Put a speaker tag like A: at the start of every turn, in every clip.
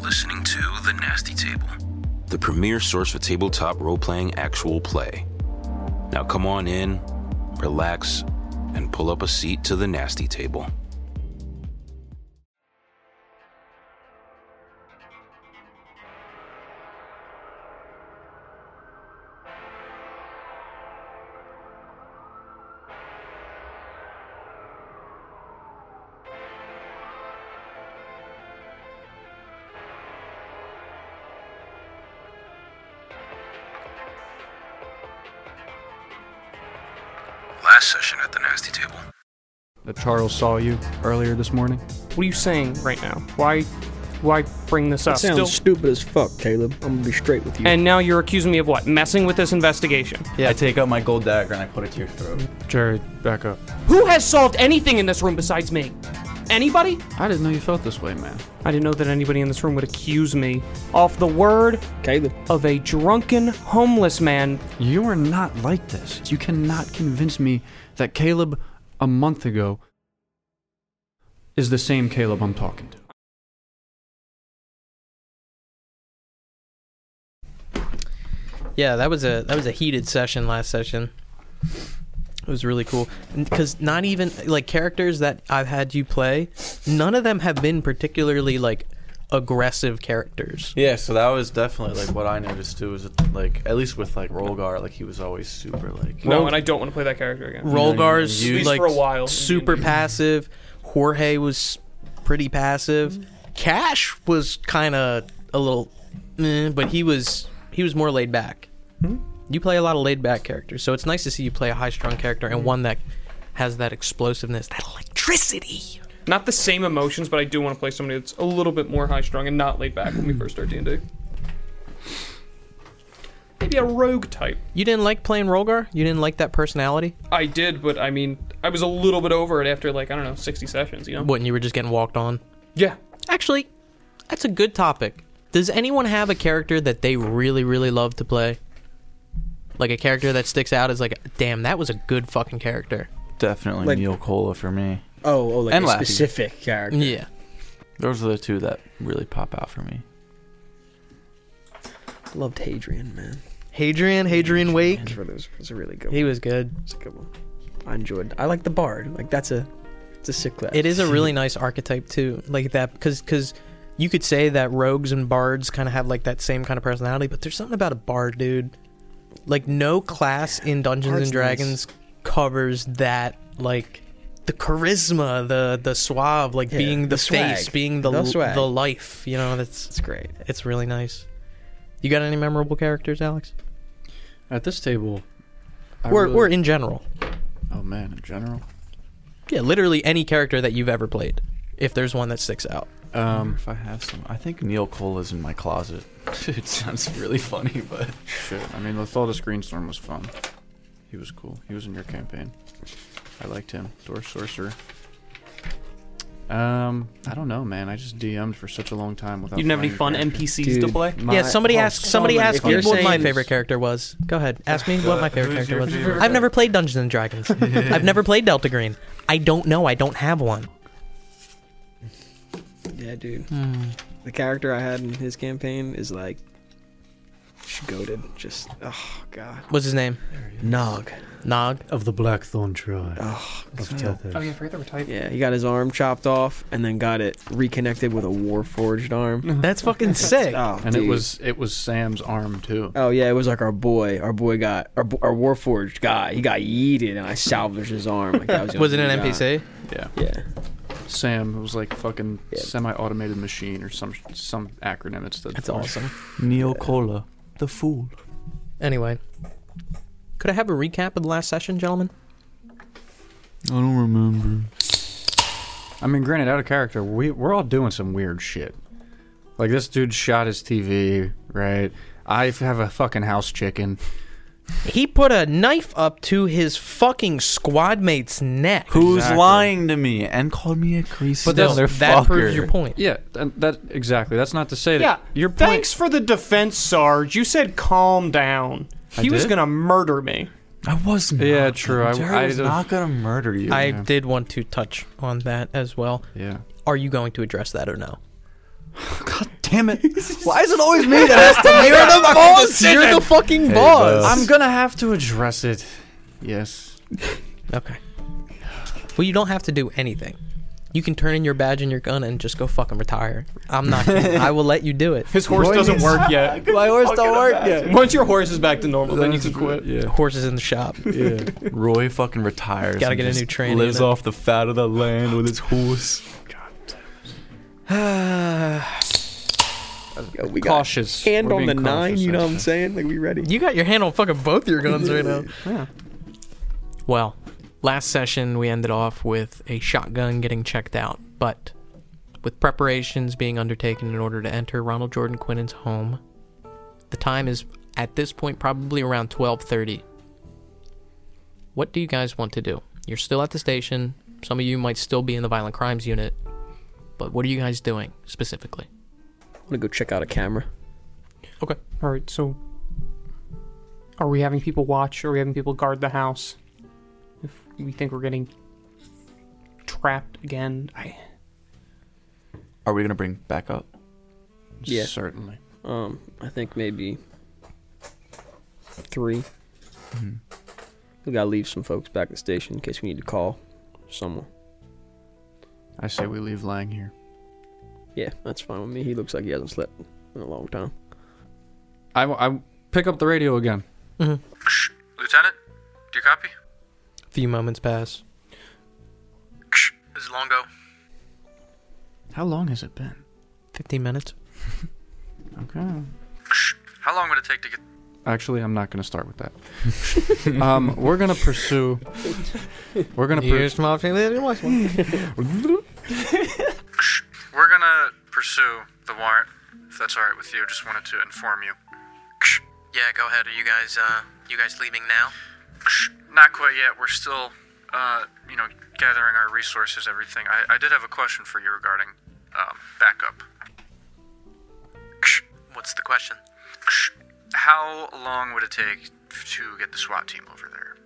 A: listening to The Nasty Table,
B: the premier source for tabletop role playing actual play. Now come on in, relax, and pull up a seat to the nasty table.
A: last session at The Nasty Table.
C: that Charles saw you earlier this morning?
D: What are you saying right now? Why, why bring this up?
E: Sounds stupid as fuck, Caleb. I'm gonna be straight with you.
D: and now you're accusing me of what? Messing with this investigation.
F: Yeah, I take out my gold dagger and I put it to your throat.
C: Jerry, back up.
D: Who has solved anything in this room besides me? Anybody?
C: I didn't know you felt this way, man.
D: I didn't know that anybody in this room would accuse me off the word
E: Caleb,
D: of a drunken homeless man.
C: You are not like this. You cannot convince me that Caleb a month ago is the same Caleb I'm talking to.
G: Yeah, that was a that was a heated session last session. It was really cool because not even like characters that I've had you play, none of them have been particularly like aggressive characters.
F: Yeah, so that was definitely like what I noticed too. Was like at least with like Rolgar, like he was always super like.
D: No, and I don't want to play that character again.
G: Rolgar's
F: you- At least
G: like
D: for a while.
G: super passive. Jorge was pretty passive. Cash was kind of a little, eh, but he was he was more laid back. You play a lot of laid back characters, so it's nice to see you play a high strung character and one that has that explosiveness, that electricity.
D: Not the same emotions, but I do want to play somebody that's a little bit more high strung and not laid back when we first start D&D. Maybe a rogue type.
G: You didn't like playing Rolgar. You didn't like that personality
D: I did, but I mean, I was a little bit over it after like I don't know, sixty sessions. You know?
G: when you were just getting walked on.
D: Yeah.
G: Actually, that's a good topic. Does anyone have a character that they really, really love to play? Like a character that sticks out as like, damn, that was a good fucking character.
F: Definitely
E: Like-
F: Neil Cola for me.
E: oh, oh, like
F: And
E: a
F: Laffy.
E: specific character.
G: Yeah.
F: Those are the two that really pop out for me.
E: Loved Hadrian, man.
G: Hadrian, Hadrian Wake.
E: That was, was a really good.
G: He
E: one.
G: was good.
E: It's a good one. I enjoyed. I like the bard. Like that's a, it's a sick class.
G: It is a really nice archetype too, like that, because because you could say that rogues and bards kind of have like that same kind of personality, but there's something about a bard, dude. Like no class in Dungeons
E: Bard's
G: and Dragons covers that, like the charisma, the the suave, like
E: Yeah,
G: being the,
E: the swag.
G: face, being the
E: The
G: l-
E: swag.
G: the life. You know, that's
E: It's great.
G: it's really nice. You got any memorable characters, Alex?
C: At this table, I
G: Or
C: really-
G: or in general?
C: oh man, in general,
G: Yeah, literally any character that you've ever played, if there's one that sticks out.
C: um,
F: If I have some, I think Neil Cola's in my closet. it sounds really funny, but
C: shit. I mean, Lethalda Greenstorm was fun. He was cool. He was in your campaign. I liked him. Door sorcerer. Um, I don't know, man. I just DM'd for such a long time without.
D: You didn't have any
C: finding
D: fun
C: characters.
D: NPCs to
E: Dude.
D: play.
C: My-
G: yeah, somebody
C: oh,
G: asked.
C: so
G: Somebody
C: many
G: asked
C: fun
G: me
E: If you're
G: what my
E: saying-
G: favorite character was. Go ahead, ask me what my favorite
F: who's
G: character
F: your
G: was.
F: favorite
G: I've never played Dungeons and Dragons. I've never played Delta Green. I don't know. I don't have one.
E: Yeah, dude.
G: Hmm.
E: The character I had in his campaign is like, goaded. Just oh god.
G: What's his name?
E: Nog.
G: Nog.
H: of the Blackthorn tribe of Tethys.
D: Oh yeah, I forget they were typing.
E: Yeah, he got his arm chopped off and then got it reconnected with a war forged arm.
G: That's fucking sick.
E: Oh,
C: And it
E: dude.
C: was it was Sam's arm too.
E: Oh yeah, it was like our boy. Our boy got our bo- our warforged guy. He got yeeted, and I salvaged his arm. Like that was, the
G: Was it
E: only
G: an
E: thing he got.
G: NPC?
C: Yeah.
E: Yeah,
C: Sam it was like fucking
E: Yeah.
C: semi-automated machine or some some acronym. It's the
G: That's awesome.
F: Neil Cola, the fool.
G: Anyway, could I have a recap of the last session, gentlemen?
F: I don't remember.
C: I mean, granted, out of character, we we're all doing some weird shit. Like this dude shot his TV, right? I f- have a fucking house chicken.
G: He put a knife up to his fucking squad mate's neck.
F: Who's
C: Exactly.
F: lying to me and called me a crease
G: But that's, that proves your point.
C: Yeah, and that exactly. That's not to say that
D: Yeah.
C: your point.
D: Thanks for the defense, Sarge. You said calm down.
C: I
D: he was
C: did?
D: gonna murder me.
F: I was not.
C: Yeah, true. I-
F: Jerry
C: I
F: was
C: don't-
F: not gonna murder you.
G: I
C: Yeah.
G: did want to touch on that as well.
C: Yeah.
G: Are you going to address that or no?
C: God Damn it! Why is it always me that has to
G: You're the boss. You're the fucking boss.
C: I'm gonna have to address it. Yes.
G: Okay. Well, you don't have to do anything. You can turn in your badge and your gun and just go fucking retire. I'm not. Gonna, I will let you do it.
D: His horse
C: Roy
D: doesn't
C: needs-
D: work yet.
C: My horse don't work yet.
D: Once your horse is back to normal, then you can quit.
F: Yeah.
G: Horses in the shop.
F: yeah. Roy fucking retires.
G: Gotta
F: and
G: get a
F: just
G: new train,
F: Lives
G: you know?
F: off the fat of the land with his horse.
E: Yo, we got
C: Cautious.
E: hand
C: We're
E: on
C: being
E: the
C: cautious,
E: nine. You know
C: I
E: what I'm
C: think.
E: saying? Like we ready?
G: You got your hand on fucking both your guns right now.
C: Yeah.
G: Well, last session we ended off with a shotgun getting checked out, but with preparations being undertaken in order to enter Ronald Jordan Quinnan's home, the time is at this point probably around 12:30. What do you guys want to do? You're still at the station. Some of you might still be in the violent crimes unit. But what are you guys doing specifically?
E: I'm gonna go check out a camera.
D: All right, so are we having people watch? Are we having people guard the house? If we think we're getting trapped again, I
F: Are we gonna bring back up?
E: Yeah.
C: Certainly.
E: Um, I think maybe three. Mm-hmm. We gotta leave some folks back at the station in case we need to call someone.
C: I say we leave Lang here.
E: Yeah, that's fine with me. He looks like he hasn't slept in a long time.
C: I, w- I w- pick up the radio again.
A: Lieutenant, do you copy?
G: A few moments pass.
A: This is Longo.
C: How long has it been?
G: 15 minutes.
C: Okay.
A: How long would it take to get?
C: Actually, I'm not gonna start with that. um, we're gonna pursue. We're gonna. pur-
A: We're gonna pursue the warrant, if that's all right with you. Just wanted to inform you.
I: Yeah, go ahead. Are you guys uh you guys leaving now?
A: Not quite yet. We're still, uh, you know, gathering our resources, everything. I, I did have a question for you regarding um, backup.
I: What's the question?
A: How long would it take to get the SWAT team over there?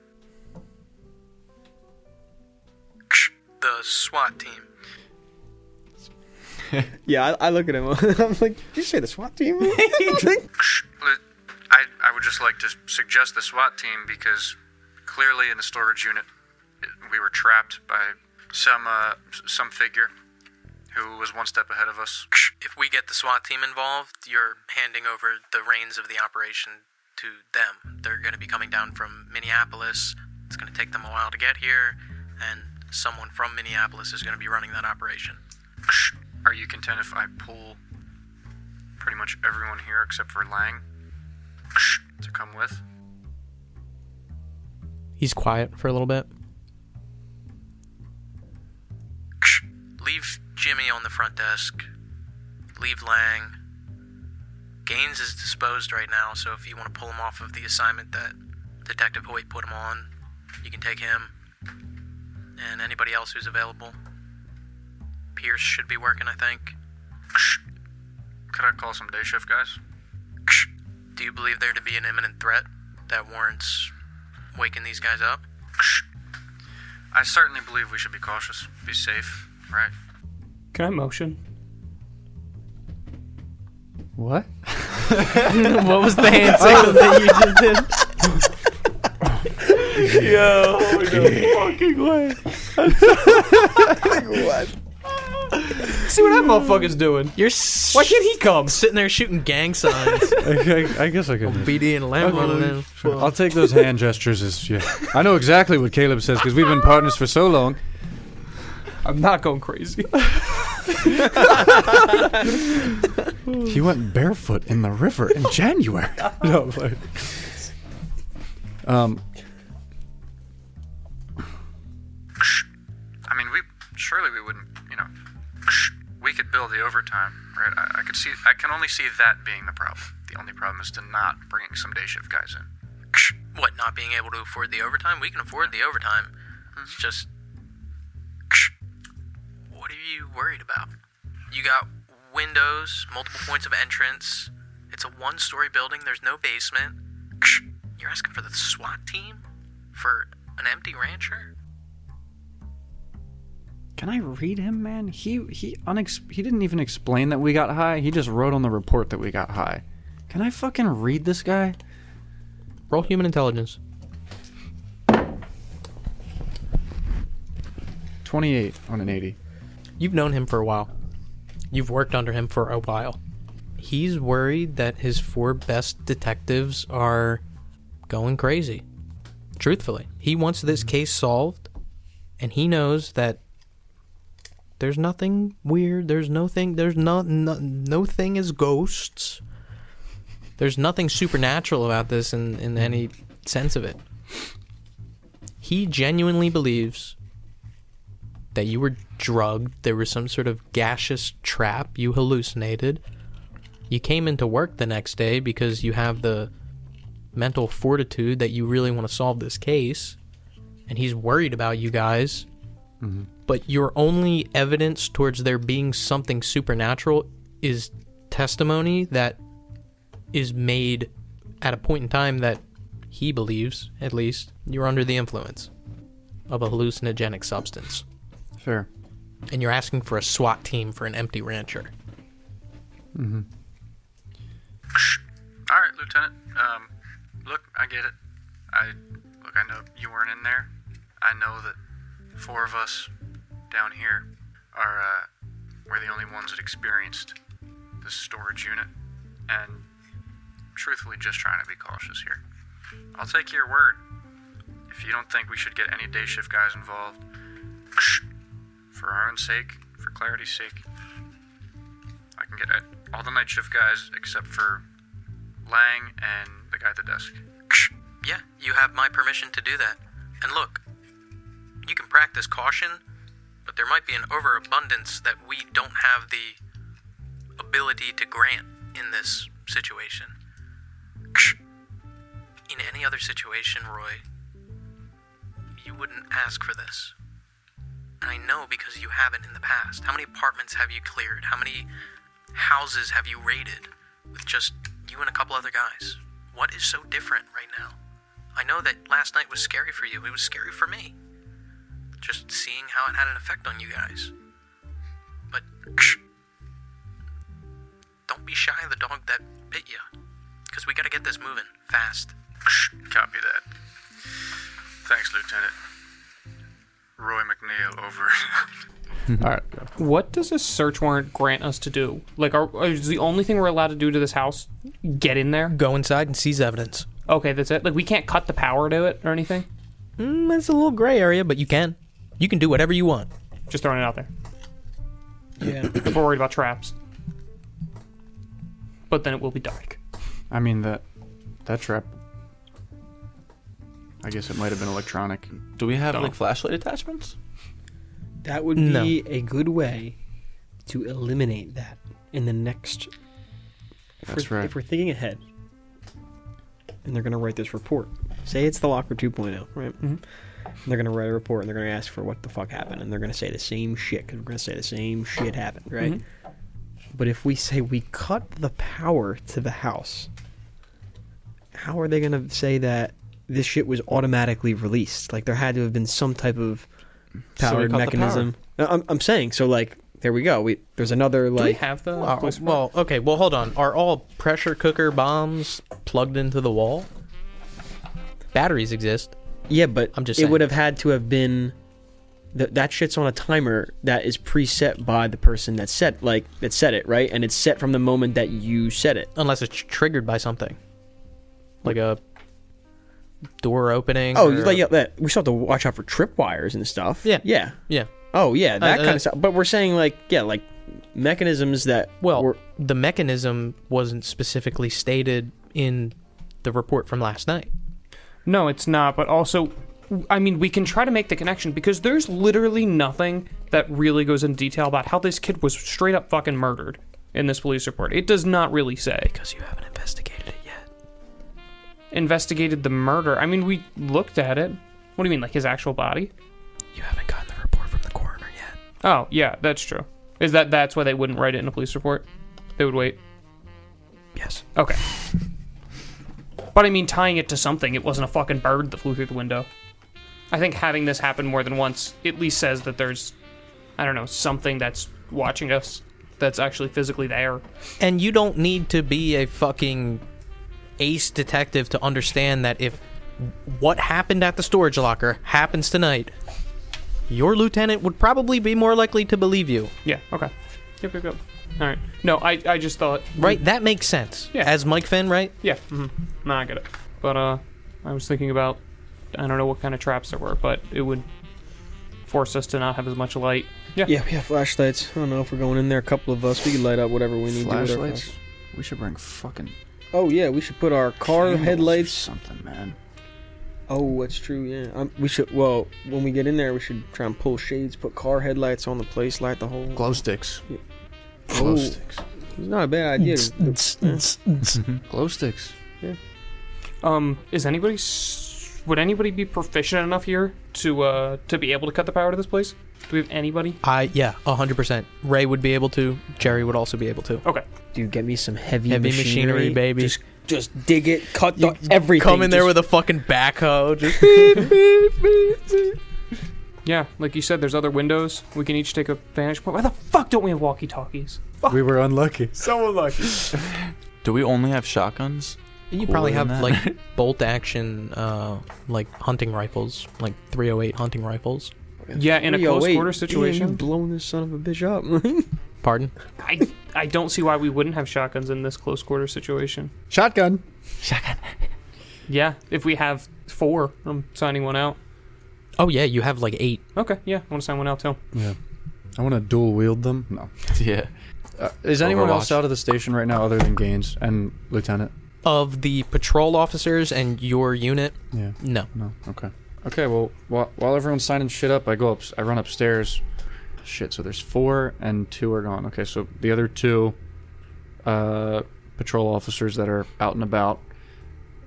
I: The SWAT team.
E: Yeah, I, I look at him. I'm like, did you say the SWAT team?
A: Li- I, I would just like to suggest the SWAT team because clearly in the storage unit it- we were trapped by some uh, s- some figure who was one step ahead of us.
I: If we get the SWAT team involved, you're handing over the reins of the operation to them. They're going to be coming down from Minneapolis. It's going to take them a while to get here, and someone from Minneapolis is going to be running that operation.
A: Are you content if I pull pretty much everyone here except for Lang to come with?
G: He's quiet for a little bit.
I: Leave Jimmy on the front desk. Leave Lang. Gaines is disposed right now, so if you want to pull him off of the assignment that Detective Hoyt put him on, you can take him. And anybody else who's available. Pierce should be working, I think.
A: Could I call some day shift guys?
I: Do you believe there to be an imminent threat that warrants waking these guys up?
A: I certainly believe we should be cautious, be safe, right?
D: can I motion?
C: what?
G: what was the hand signal that you just did?
D: See what that motherfucker's doing.
G: You're s-
D: Why can't he come?
G: sitting there shooting gang signs?
C: I, I, I guess I could.
G: BD and Lamb running in.
C: I'll take those hand gestures as yeah. I know exactly what Caleb says because we've been partners for so long.
D: I'm not going crazy.
C: He went barefoot in the river in January. no, like, um,
A: I mean, we surely we wouldn't, you know, we could bill the overtime, right? I, I could see, I can only see that being the problem. The only problem is to not bringing some day shift guys in.
I: What, not being able to afford the overtime? We can afford the overtime. It's just. What are you worried about? You got windows, multiple points of entrance. It's a one story building, there's no basement. You're asking for the SWAT team? For an empty rancher?
C: Can I read him, man? He he unex- he didn't even explain that we got high. He just wrote on the report that we got high. Can I fucking read this guy?
G: Roll human intelligence.
C: 28 on an 80.
G: You've known him for a while. You've worked under him for a while. He's worried that his four best detectives are going crazy. Truthfully, he wants this case solved, and he knows that there's nothing weird. There's no thing. There's not no, no thing is ghosts. There's nothing supernatural about this in, in any sense of it. He genuinely believes that you were drugged, there was some sort of gaseous trap, you hallucinated. You came into work the next day because you have the mental fortitude that you really want to solve this case, and he's worried about you guys. But your only evidence towards there being something supernatural is testimony that is made at a point in time that he believes, at least, you're under the influence of a hallucinogenic substance
C: Sure.
G: and you're asking for a SWAT team for an empty rancher.
A: All right, Lieutenant. Um, look, I get it. I look. I know you weren't in there. I know that four of us down here are uh, we're the only ones that experienced this storage unit, and truthfully, just trying to be cautious here. I'll take your word. If you don't think we should get any day shift guys involved, for our own sake, for clarity's sake, I can get it. all the night shift guys except for Lang and the guy at the desk.
I: Yeah, you have my permission to do that. And look, you can practice caution, but there might be an overabundance that we don't have the ability to grant in this situation. In any other situation, Roy, you wouldn't ask for this. And I know because you haven't in the past. How many apartments have you cleared? How many houses have you raided with just you and a couple other guys? What is so different right now? I know that last night was scary for you. It was scary for me. Just seeing how it had an effect on you guys. But don't be shy of the dog that bit you, because we gotta get this moving fast.
A: Copy that. Thanks, Lieutenant. Roy McNeil over.
C: All right.
D: What does a search warrant grant us to do? Like, are, is the only thing we're allowed to do to this house get in there?
G: Go inside and seize evidence.
D: Okay, that's it. Like, we can't cut the power to it or anything.
G: Mm, it's a little gray area, but you can. You can do whatever you want.
D: Just throwing it out there.
E: Yeah.
D: If we're worried about traps, but then it will be dark.
C: I mean that that trap. I guess it might have been electronic.
F: Do we have like flashlight attachments?
E: That would
G: No.
E: be a good way to eliminate that in the next. If
C: That's
E: we're,
C: right.
E: If we're thinking ahead, and they're going to write this report, say it's the Locker 2.0, right?
C: Mm-hmm.
E: And they're going to write a report and they're going to ask for what the fuck happened, and they're going to say the same shit because we're going to say the same shit happened, right?
C: Mm-hmm.
E: But if we say we cut the power to the house, how are they going to say that this shit was automatically released? Like there had to have been some type of
F: So we
E: powered
F: cut the
E: mechanism. No, I'm, I'm saying so. Like there we go. We there's another
D: Do we
E: like
D: have the?
G: Wow,
D: police-
G: well, okay, well, hold on. Are all pressure cooker bombs plugged into the wall? Batteries exist.
E: yeah, but
G: I'm just
E: it
G: saying.
E: would have had to have been. Th- that shit's on a timer that is preset by the person that set like that set it right, and it's set from the moment that you set it.
G: Unless it's triggered by something. Like a door opening.
E: Oh,
G: or-
E: like yeah, that, we still have to watch out for tripwires and stuff.
G: Yeah.
E: yeah.
G: Yeah.
E: Oh yeah, that
G: uh,
E: kind
G: uh,
E: of stuff. But we're saying like yeah, like mechanisms that
G: Well,
E: were,
G: the mechanism wasn't specifically stated in the report from last night.
D: No, it's not. But also, I mean, we can try to make the connection because there's literally nothing that really goes into detail about how this kid was straight up fucking murdered in this police report. It does not really say.
G: Because you haven't investigated it yet.
D: Investigated the murder. I mean, we looked at it. What do you mean, like his actual body?
G: You haven't gotten the report from the coroner yet.
D: Oh, yeah, that's true. Is that that's why they wouldn't write it in a police report? They would wait.
G: Yes.
D: Okay. But I mean, tying it to something, it wasn't a fucking bird that flew through the window. I think having this happen more than once at least says that there's I don't know, something that's watching us that's actually physically there.
G: And you don't need to be a fucking ace detective to understand that if what happened at the storage locker happens tonight, your lieutenant would probably be more likely to believe you.
D: Yeah, okay. Yep, yep, yep. All right. No, I, I just thought.
G: Right? That makes sense.
D: Yeah.
G: As Mike Finn, right?
D: Yeah. hmm No, I get it. But uh, I was thinking about I don't know what kind of traps there were, but it would force us to not have as much light. Yeah.
E: Yeah, we have flashlights. I don't know if we're going in there. A couple of us, we could light up whatever we need. to with our
C: Flashlights. We should bring fucking
E: flash- Oh yeah, we should put our car
C: candles or
E: headlights.
C: something, man.
E: Oh, that's true. Yeah, um, we should. Well, when we get in there, we should try and pull shades, put car headlights on the place, light the whole.
F: Glow sticks.
E: Oh.
F: Glow sticks.
E: It's not a bad idea.
F: Glow sticks.
D: Um, is anybody s- would anybody be proficient enough here to uh to be able to cut the power to this place? Do we have anybody?
G: I, yeah, 100%. Ray would be able to. Jerry would also be able to.
D: Okay.
E: Dude, get me some heavy,
G: Heavy machinery, baby.
E: Just, just dig it, cut the, everything.
G: Come in there
E: just-
G: with a fucking backhoe. Just
D: Yeah, like you said, there's other windows. We can each take a vantage point. Why the fuck don't we have walkie talkies?
H: We were unlucky.
F: Do we only have shotguns?
G: And you probably
F: Cooler than
G: have like bolt action, uh, like hunting rifles, like 308 hunting rifles.
D: Yeah, in a
E: Yo,
D: close
E: wait,
D: quarter
E: Ian, oh you
D: situation.
E: blown this son of a bitch up.
G: Pardon?
D: I I don't see why we wouldn't have shotguns in this close quarter situation.
H: Shotgun.
D: Yeah, if we have four, I'm signing one out.
G: Oh yeah, you have like eight.
D: Okay, yeah, I want to sign one out too.
H: I want to dual wield them. No.
F: Yeah.
C: Uh, is anyone else
F: Overwatch.
C: out of the station right now other than Gaines and Lieutenant?
G: Of the patrol officers and your unit,
H: Yeah.
G: no.
C: No. Okay. Okay. Well, while, while everyone's signing shit up, I go up. I run upstairs. Shit. So there's four and two are gone. Okay. So the other two, uh, patrol officers that are out and about.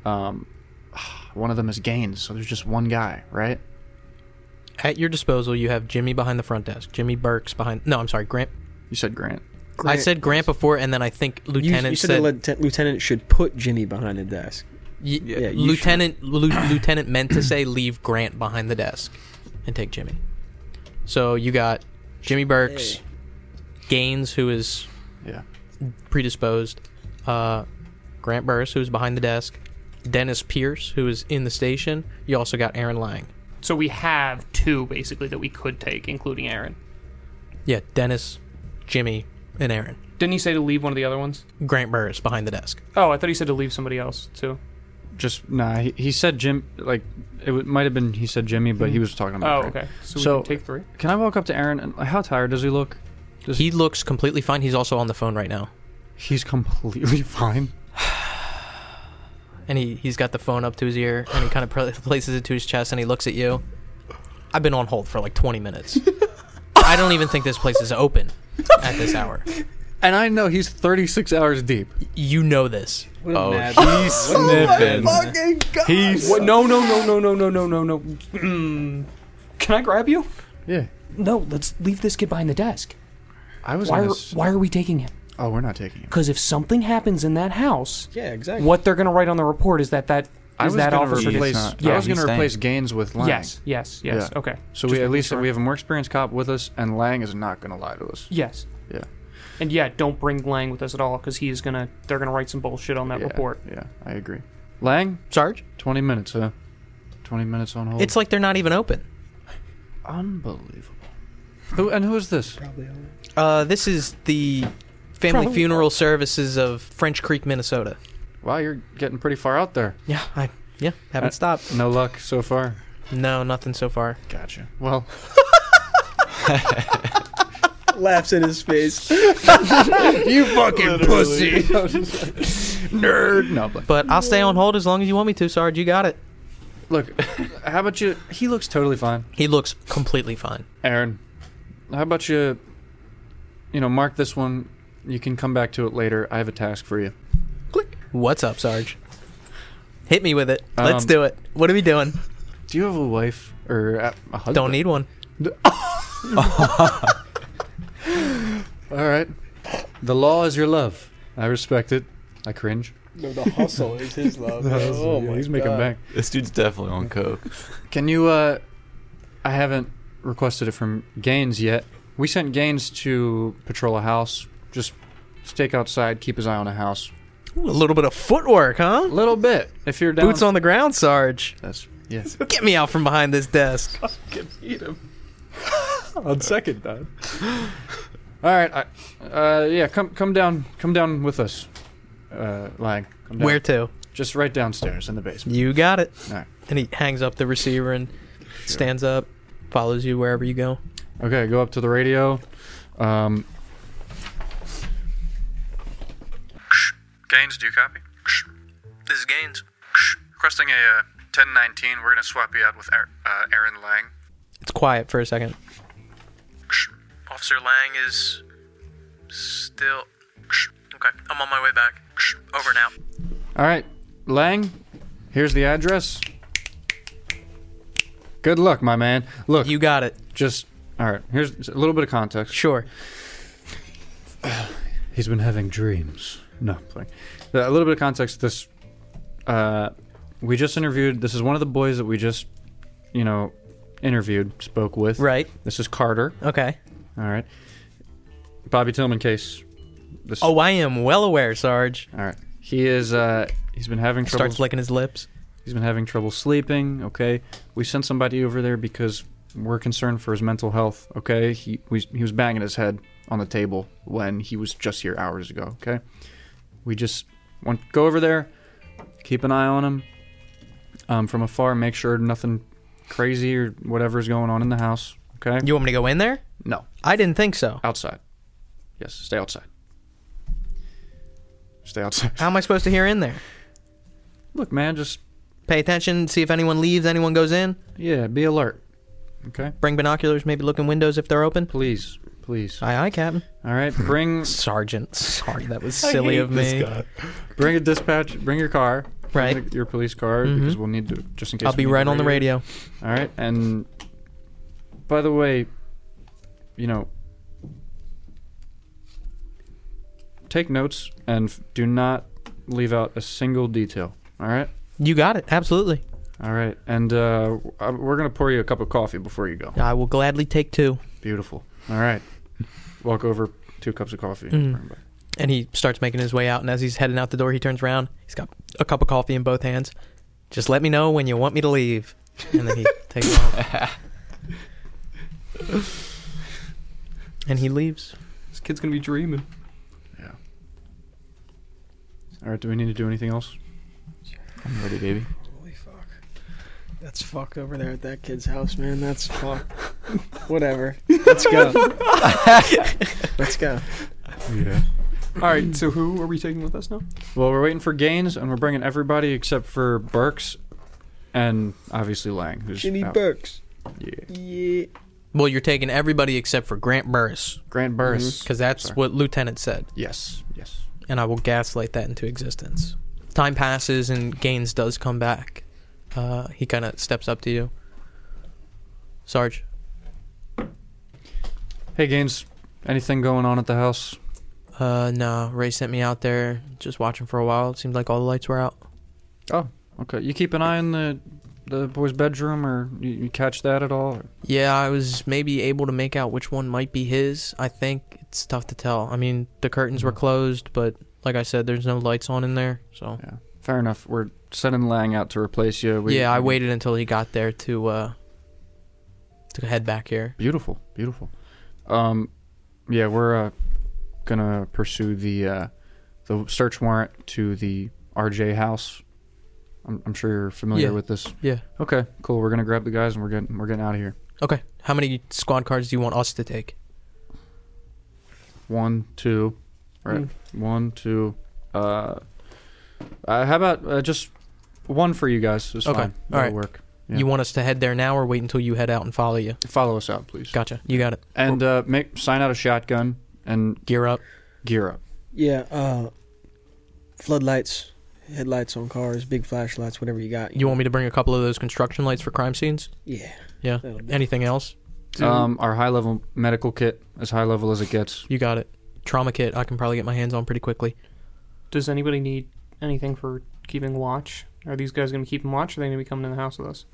C: Um, one of them is Gaines. So there's just one guy, right?
G: At your disposal, you have Jimmy behind the front desk, Jimmy Burks behind. No, I'm sorry, Grant.
C: You said Grant.
G: I said Grant before, and then I think
E: You,
G: Lieutenant
E: you said,
G: said,
E: the lieutenant- lieutenant should put Jimmy behind the desk.
G: y-
E: yeah, you
G: Lieutenant Lu- Lieutenant meant to say leave Grant behind the desk and take Jimmy. So you got Jimmy Burks,
E: Hey.
G: Gaines, who is
C: Yeah.
G: predisposed. Uh, Grant Burris, who's behind the desk. Dennis Pierce, who is in the station. You also got Aaron Lang.
D: So we have two basically that we could take, including Aaron.
G: Yeah, Dennis, Jimmy, and Aaron.
D: Didn't he say to leave one of the other ones?
G: Grant Burris behind the desk.
D: Oh, I thought he said to leave somebody else too.
C: Just nah. He, he said Jim. Like it w- might have been he said Jimmy, but he was talking about.
D: Oh,
C: Grant.
D: okay. So we
C: So-
D: can take three.
C: Can I walk up to Aaron? And how tired does he look?
G: He looks completely fine. He's also on the phone right now.
C: He's completely fine.
G: And he, he's got the phone up to his ear and he kind of pr- places it to his chest and he looks at you. I've been on hold for like 20 minutes. I don't even think this place is open at this hour.
C: And I know he's 36 hours deep.
G: You know this.
E: What a
F: Oh,
E: mad-
F: he's sniffing. He's
D: What? No, no, no, no, no, no, no, no, no. Mm. Can I grab you?
H: Yeah.
D: No, let's leave this kid behind the desk.
C: I was.
D: Why?
C: gonna
D: Are,
C: s-
D: why are we taking him?
C: Oh, we're not taking him.
D: Because if something happens in that house,
E: yeah, exactly.
D: what they're gonna write on the report is that that is
C: I was
D: that
C: gonna
D: officer.
C: replace.
F: It's not-
C: I
D: yeah,
C: was going to
F: he's
C: replace Gaines with Lang.
D: Yes, yes, yes.
C: Yeah.
D: Okay.
C: So
D: Just
C: we at
D: making
C: least
D: sure.
C: we have a more experienced cop with us, and Lang is not going to lie to us.
D: Yes.
C: Yeah.
D: And yeah, don't bring Lang with us at all because he's gonna. They're gonna write some bullshit on that
C: yeah,
D: report.
C: Yeah, I agree. Lang,
G: Sarge?
C: 20 minutes, huh? 20 minutes on hold.
G: It's like they're not even open.
C: unbelievable. Who and who is this?
G: Uh, this is the Family
D: Probably.
G: Funeral Services of French Creek, Minnesota.
C: Wow, you're getting pretty far out there.
G: Yeah, I yeah haven't
C: Uh,
G: stopped.
C: No luck so far.
G: No, nothing so far.
C: Gotcha. Well,
E: laughs in his face?
C: you fucking pussy, nerd. No, but
G: But I'll stay on hold as long as you want me to, Sarge. You got it.
C: look, how about you? He looks totally fine.
G: He looks completely fine.
C: Aaron, how about you? You know, mark this one. You can come back to it later. I have a task for you.
G: What's up, Sarge? Hit me with it. Let's
C: Um,
G: do it. What are we doing?
C: Do you have a wife or a a husband?
G: Don't need one.
C: All right. The law is your love. I respect it. I cringe.
E: no, the hustle is his love.
H: Oh my
C: He's making back.
F: this dude's definitely on coke.
C: Can you? uh I haven't requested it from Gaines yet, We sent Gaines to patrol a house. Just stake outside, keep his eye on a house.
G: Ooh, a little bit of footwork, huh?
C: A little bit. If you're down,
G: Boots on the ground, Sarge.
C: That's yes.
G: Get me out from behind this desk.
H: I'd second that.
C: All right. I, uh, yeah. Come come down. Come down with us. Uh, Lang. Come down.
G: Where to?
C: Just right downstairs in the basement.
G: You got it.
C: All right.
G: And he hangs up the receiver and stands up, follows you wherever you go.
C: Okay, go up to the radio. Um,
A: Gaines, do you copy?
I: This is Gaines.
A: Requesting a uh, 1019. We're going to swap you out with Ar- uh, Aaron Lang.
G: It's quiet for a second.
I: Officer Lang is still. Okay, I'm on my way back. Over and out.
C: all right, Lang, here's the address. Good luck, my man. Look,
G: You got it.
C: just all right. Here's a little bit of context.
G: Sure.
C: He's been having dreams. No, I'm playing. A little bit of context. This, uh, we just interviewed. This is one of the boys that we just, you know, interviewed, spoke with.
G: Right.
C: This is Carter.
G: Okay.
C: All right. Bobby Tillman case. This,
G: Oh, I am well aware, Sarge.
C: All right. He is. Uh, he's been having trouble.
G: Starts licking his lips.
C: he's been having trouble sleeping. Okay. We sent somebody over there because we're concerned for his mental health. Okay. He we, he was banging his head on the table when he was just here hours ago. Okay. We just want go over there, keep an eye on him um, from afar, make sure nothing crazy or whatever is going on in the house. Okay.
G: You want me to go in there?
C: no.
G: I didn't think so.
C: Outside. Yes. Stay outside. Stay outside.
G: How am I supposed to hear in there?
C: Look, man. Just
G: Pay attention, see if anyone leaves, anyone goes in.
C: yeah. Be alert. Okay.
G: Bring binoculars, maybe look in windows if they're open.
C: Please, please.
G: Aye, aye, Captain.
C: All right, bring
G: Sergeant. Sorry, that was silly of me.
C: bring a dispatch. Bring your car. Bring
G: Right. Mm-hmm.
C: the- your police car because we'll need to just in case.
G: I'll
C: we
G: be
C: need
G: right on the radio.
C: All right, and by the way, you know, take notes and f- do not leave out a single detail. All right.
G: You got it. Absolutely.
C: All right, and uh, I- we're gonna pour you a cup of coffee before you go.
G: I will gladly take two.
C: Beautiful. All right, walk over two cups of coffee. Bring
G: Mm.
C: 'em back.
G: And he starts making his way out. And as he's heading out the door, he turns around. He's got a cup of coffee in both hands. Just let me know when you want me to leave. And then he takes off. and he leaves.
D: This kid's gonna be dreaming.
C: All right. Do we need to do anything else?
F: I'm ready, baby.
E: Holy fuck. That's fuck over there at that kid's house, man. That's fuck. Whatever. Let's go. Let's go.
D: All right, so who are we taking with us now?
C: Well, we're waiting for Gaines, and we're bringing everybody except for Burks, and obviously Lang, who's
E: Ginny
C: out.
E: Burks.
C: Yeah.
E: Yeah.
G: Well, you're taking everybody except for Grant Burris.
C: Grant Burris.
G: Because that's
C: Mm-hmm. Sorry.
G: what Lieutenant said.
C: Yes, yes.
G: and I will gaslight that into existence. Time passes and Gaines does come back. Uh, he kind of steps up to you. Sarge,
C: Hey, Gaines, anything going on at the house?
G: uh, no, Ray sent me out there just watching for a while. It seemed like all the lights were out.
C: Okay, you keep an eye on the the boy's bedroom, or you, you catch that at all?
G: Yeah, I was maybe able to make out which one might be his. I think it's tough to tell. I mean, the curtains were
C: Mm-hmm.
G: closed, but like I said, there's no lights on in there. So
C: Fair enough. We're sending Lang out to replace you. We,
G: yeah, I waited until he got there to uh, to head back here.
C: Beautiful, beautiful. Um, yeah, we're uh, gonna pursue the uh, the search warrant to the RJ house. I'm, I'm sure you're familiar
G: Yeah.
C: with this.
G: Yeah.
C: Okay, cool. We're gonna grab the guys and we're getting we're getting out of here.
G: Okay, how many squad cards do you want us to take?
C: One, two, right?
G: Mm.
C: One, two. Uh, uh, how about uh, just one for you guys? It's
G: Okay,
C: fine.
G: all
C: That'll
G: right.
C: work. Yeah.
G: You want us to head there now or wait until you head out and follow you?
C: Follow us out, please.
G: Gotcha. You got it.
C: And uh, make sign out a shotgun and
G: Gear up.
C: gear up.
E: Yeah, uh floodlights, headlights on cars, big flashlights, whatever you got.
G: You want me to bring a couple of those construction lights for crime scenes?
E: Yeah.
G: Yeah.
E: That'll do.
G: Anything else?
C: Um, our high level medical kit, as high level as it gets.
G: You got it. Trauma kit. I can probably get my hands on pretty quickly.
D: Does anybody need anything for keeping watch? Are these guys gonna keep in watch? Or are they gonna be coming in the house with us?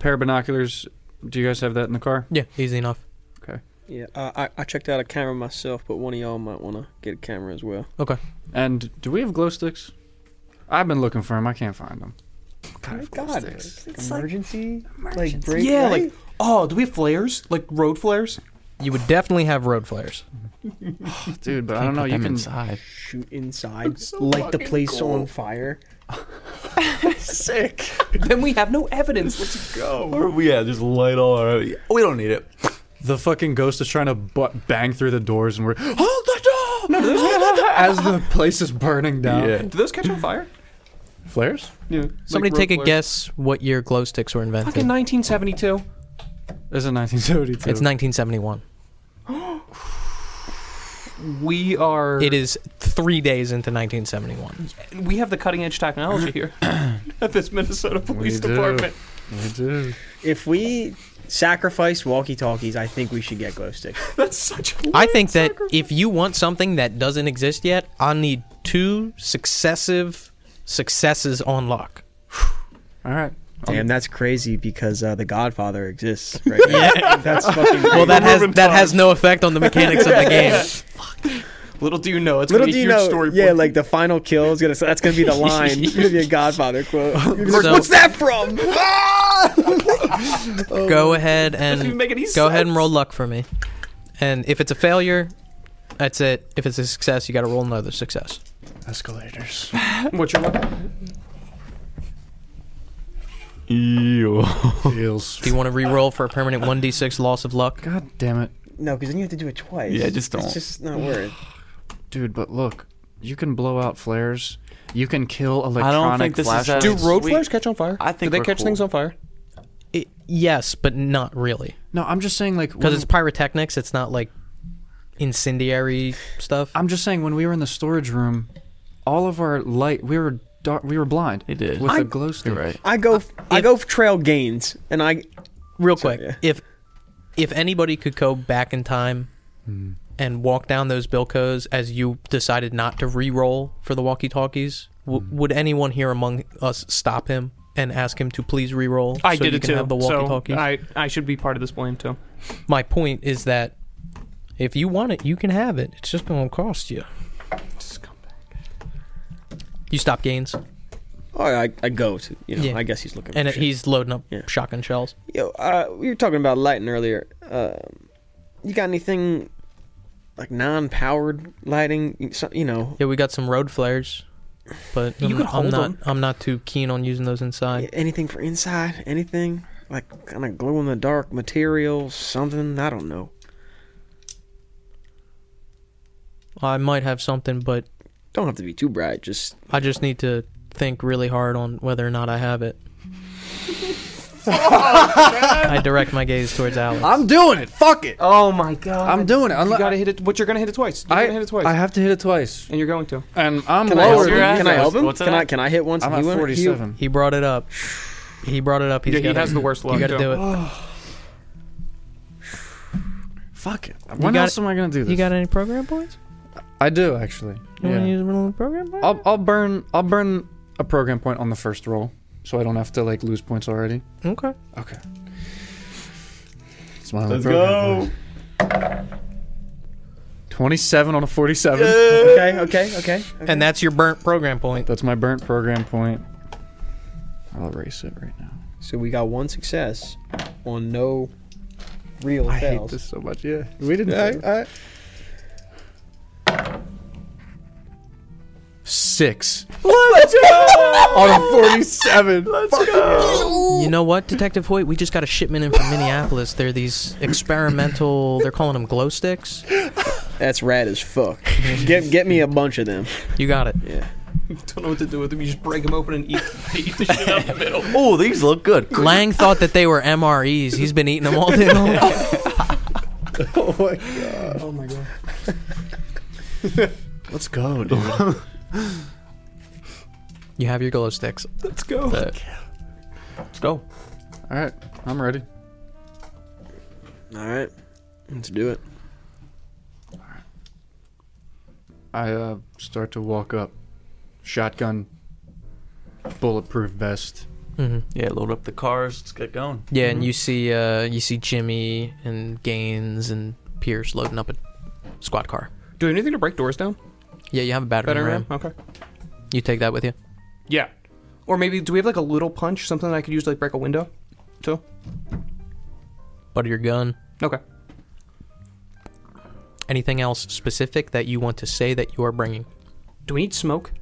C: Pair of binoculars. Do you guys have that in the car?
G: Yeah, easy enough.
E: Yeah, uh, I I checked out a camera myself, but one of y'all might want to get a camera as well.
G: Okay.
C: And do we have glow sticks? I've been looking for them. I can't find them.
E: my God, it's emergency, like break.
D: Yeah,
E: right?
D: like oh, do we have flares? Like road flares?
G: You would definitely have road flares.
C: Dude, but I don't know. You can.
G: inside.
E: shoot inside, light the place on fire.
F: Sick.
D: then we have no evidence. Let's
F: Go. Where are we at? There's light all around. We don't need it.
H: The fucking ghost is trying to butt bang through the doors, and we're hold the door. No, as the place is burning down.
F: Yeah.
D: Do those catch on fire?
H: Flares?
D: Yeah.
G: Somebody take a guess what year glow sticks were invented.
D: Fucking 1972.
H: This is 1972.
G: It's 1971.
D: We are.
G: It is three days into 1971.
D: We have the cutting edge technology here at this Minnesota Police
H: do.
D: Department.
H: We do.
E: If we sacrifice walkie talkies, I think we should get glow sticks.
D: That's such. a
G: I think that if you want something that doesn't exist yet, I'll need two successive successes on luck.
H: All right.
E: Damn, that's crazy because uh, the Godfather exists. Right now. that's fucking.
G: Well, that has that has no effect on the mechanics of the game.
D: Little do you know, it's
E: Little
D: going
E: do
D: to be a
E: you
D: huge
E: know,
D: story.
E: yeah, like the final kill is gonna. So that's gonna be the line. It's gonna be a Godfather quote. You're gonna be like,
G: So-
E: What's that from?
G: Go ahead
D: even
G: and
D: make any
G: go ahead and
D: sense.
G: roll luck for me. And if it's a failure, that's it. If it's a success, you got to roll another success.
H: Escalators.
D: What's your luck?
F: Ew.
H: Feels.
G: Do you want to re-roll for a permanent 1d6 loss of luck?
H: God damn it,
E: no, because then you have to do it twice.
F: Yeah, just don't.
E: It's just not worth. it.
C: Dude, but look. You can blow out flares. You can kill electronic
F: I don't think this is
C: flashlights.
F: as-
D: Do road
F: We-
D: flares catch on fire?
F: I
D: Do
F: think
D: they
F: we're
D: catch
F: cool.
D: things on fire?
G: I yes, but not really,
C: No, I'm just saying, like,
G: because
C: when-
G: it's
D: Mm.
G: pyrotechnics. It's not like incendiary stuff.
C: I'm just saying, when we were in the storage room, all of our light, we were dark, we were blind.
F: It did.
C: with a
F: I'm-
C: glow stick.
F: right.
E: I go. f I I go f- trail gains, and I.
G: Real quick,
E: yeah.
G: if if anybody could go back in time and walk down those bilcos as you decided not to re-roll for the walkie-talkies, w- would anyone here among us stop him and ask him to please re-roll?
D: I
G: so
D: did
G: you
D: it
G: can
D: too.
G: Have the
D: so
G: walkie-talkies.
D: I, I should be part of this blame too.
G: My point is that if you want it, you can have it. It's just going to cost you. You stop gains,
E: Oh, I, I go to. You know,
G: Yeah.
E: I guess he's looking.
G: and
E: for
G: it,
E: shit.
G: he's loading up
E: Yeah.
G: shotgun shells.
E: Yo, uh, we were talking about lighting earlier. Uh, you got anything like non-powered lighting? You- so- You know,
G: Yeah, we got some road flares, but I'm,
D: could
G: I'm
D: hold
G: not.
D: 'em.
G: I'm not too keen on using those inside.
E: anything for inside? Anything like kind of glow-in-the-dark material? Something I don't know.
G: I might have something, but
E: Don't have to be too bright. Just
G: I just need to think really hard on whether or not I have it. I direct my gaze towards Alex.
H: I'm doing it. Fuck it.
D: Oh my god!
H: I'm doing it.
D: You
H: Unless
D: gotta hit it. What you're gonna hit it twice. You're
H: I
D: gonna hit it twice.
H: I have to hit it twice,
D: and you're going to.
H: and I'm
E: can I
H: lower.
E: help
H: than
E: him? Can I
H: you
E: help him?
F: What's it
E: can I?
F: at?
E: Can I hit once?
H: I'm
E: and
H: at
E: he won't hit you?
H: 47.
G: he brought it up. He brought it up. He's
D: yeah, he
G: gotta-
D: has the worst luck.
G: You
D: too.
G: got to do it.
H: Fuck it. When
G: got
H: else am I gonna do this?
G: You got any program points?
H: I do actually.
G: You want
H: Yeah.
G: to use one of the program points?
H: I'll I'll burn I'll burn a program point on the first roll, so I don't have to like lose points already.
G: Okay.
H: Okay. It's my only
F: Let's
H: program
F: go.
H: point. Twenty-seven on a forty-seven.
E: Okay, okay, okay.
G: And that's your burnt program point.
H: That's my burnt program point. I'll erase it right now.
E: So we got one success on no real
H: I hate
E: fails.
H: this so much. Yeah, we didn't. I- I- Six. On
E: Oh,
H: a forty-seven.
G: You know what, Detective Hoyt? We just got a shipment in from Minneapolis. They're these experimental. They're calling them glow sticks.
E: That's rad as fuck. get get me a bunch of them.
G: You got it.
D: Don't know what to do with them. You just break them open and eat, eat the shit out of them.
F: Oh, these look good.
G: Lang thought that they were MREs. He's been eating them all day long.
H: Let's go, dude.
G: You have your glow sticks.
D: Let's go.
F: Let's go.
H: All right, I'm ready.
E: All right, let's do it.
H: I uh, start to walk up. Shotgun, bulletproof vest.
G: Mm-hmm.
F: Yeah, load up the cars. Let's get going.
G: Yeah, and you see, uh, you see Jimmy and Gaines and Pierce loading up a squad car.
D: Do anything to break doors down?
G: Yeah, you have a battery
D: Better
G: ram.
D: ram? Okay.
G: You take that with you.
D: Yeah. Or maybe do we have like a little punch, something I could use to like break a window? Too?
G: Butter your gun.
D: Okay.
G: Anything else specific that you want to say that you are bringing?
D: Do we need smoke?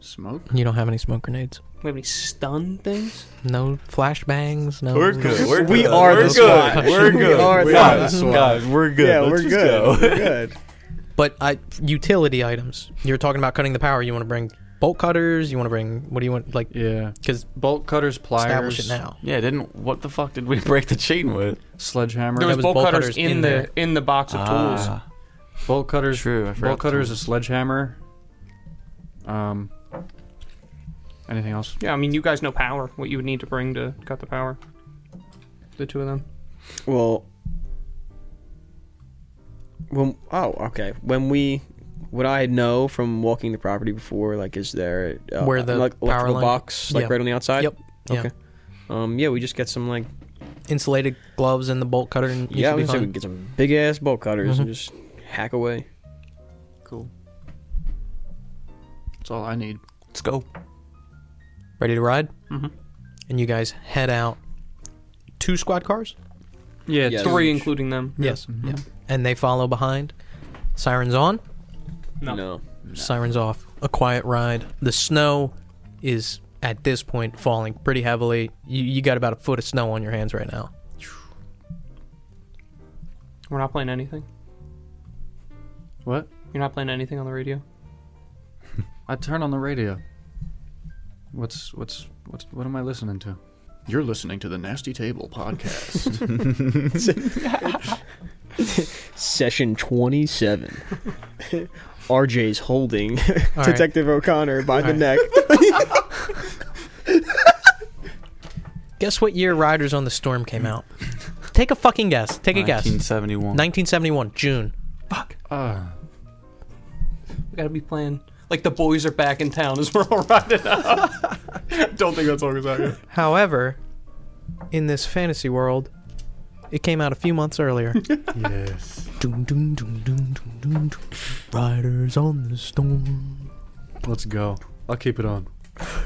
C: Smoke?
G: You don't have any smoke grenades.
D: Do we have any stun things?
G: No flashbangs. No.
F: We're good. We're
E: We
F: good.
E: are
F: we're
E: the
F: good.
E: squad.
F: We're
E: We
F: good.
E: are the
F: guys,
E: squad.
F: guys, we're good.
E: Yeah,
F: Let's
E: we're
F: just
E: good.
F: go.
E: We're good.
G: But I utility items. You're talking about cutting the power. You want to bring bolt cutters. You want to bring what do you want? Like
C: Yeah.
G: because
C: Bolt cutters, pliers,
G: establish it now.
F: Yeah, didn't what the fuck did we break the chain with?
C: sledgehammer.
D: There was,
G: was
D: bolt
G: bolt
D: cutters,
G: cutters
D: in,
G: in
D: the
G: there.
D: in the box of tools.
F: Ah,
C: bolt cutters.
F: True, I
C: Bolt
F: forgot
C: cutters,
F: to-
C: a sledgehammer. Um. Anything else?
D: Yeah, I mean you guys know power, what you would need to bring to cut the power. The two of them.
E: Well, when oh okay, when we what I know from walking the property before, like, is there uh,
G: Where the
E: like
G: power
E: electrical
G: line-
E: box like
G: yeah.
E: right on the outside?
G: Yep. Yeah.
E: Okay. Um. Yeah, we just get some like
G: Insulated gloves and the bolt cutter. And you
E: yeah,
G: should be
E: we can
G: fine.
E: get some Mm-hmm. big ass bolt cutters and just hack away.
C: That's all I need.
G: Let's go. Ready to ride?
D: Mhm.
G: And you guys head out. Two squad cars?
D: Yeah,
E: Yeah,
D: three
E: each.
D: including them.
G: Yes. Yeah. And they follow behind. Sirens on,
D: No.
E: no.
G: sirens off. A quiet ride. The snow is at this point falling pretty heavily. You, you got about a foot of snow on your hands right now.
D: We're not playing anything.
C: What?
D: You're not playing anything on the radio?
C: I turn on the radio. What's what's what's what am I listening to? You're listening to the Nasty Table podcast.
E: Session 27. RJ's holding
G: right.
E: Detective O'Connor by the
G: right.
E: neck.
G: Guess what year Riders on the Storm came out? Take a fucking guess. Take a guess.
F: 1971.
G: 1971, June.
C: Ah.
D: We gotta be playing like the boys are back in town as we're all riding up. Don't think that song is out yet.
G: However, in this fantasy world, it came out a few months earlier.
H: yes.
G: Doom, doom, doom, doom, doom, doom, doom. Riders on the storm.
H: Let's go. I'll keep it on.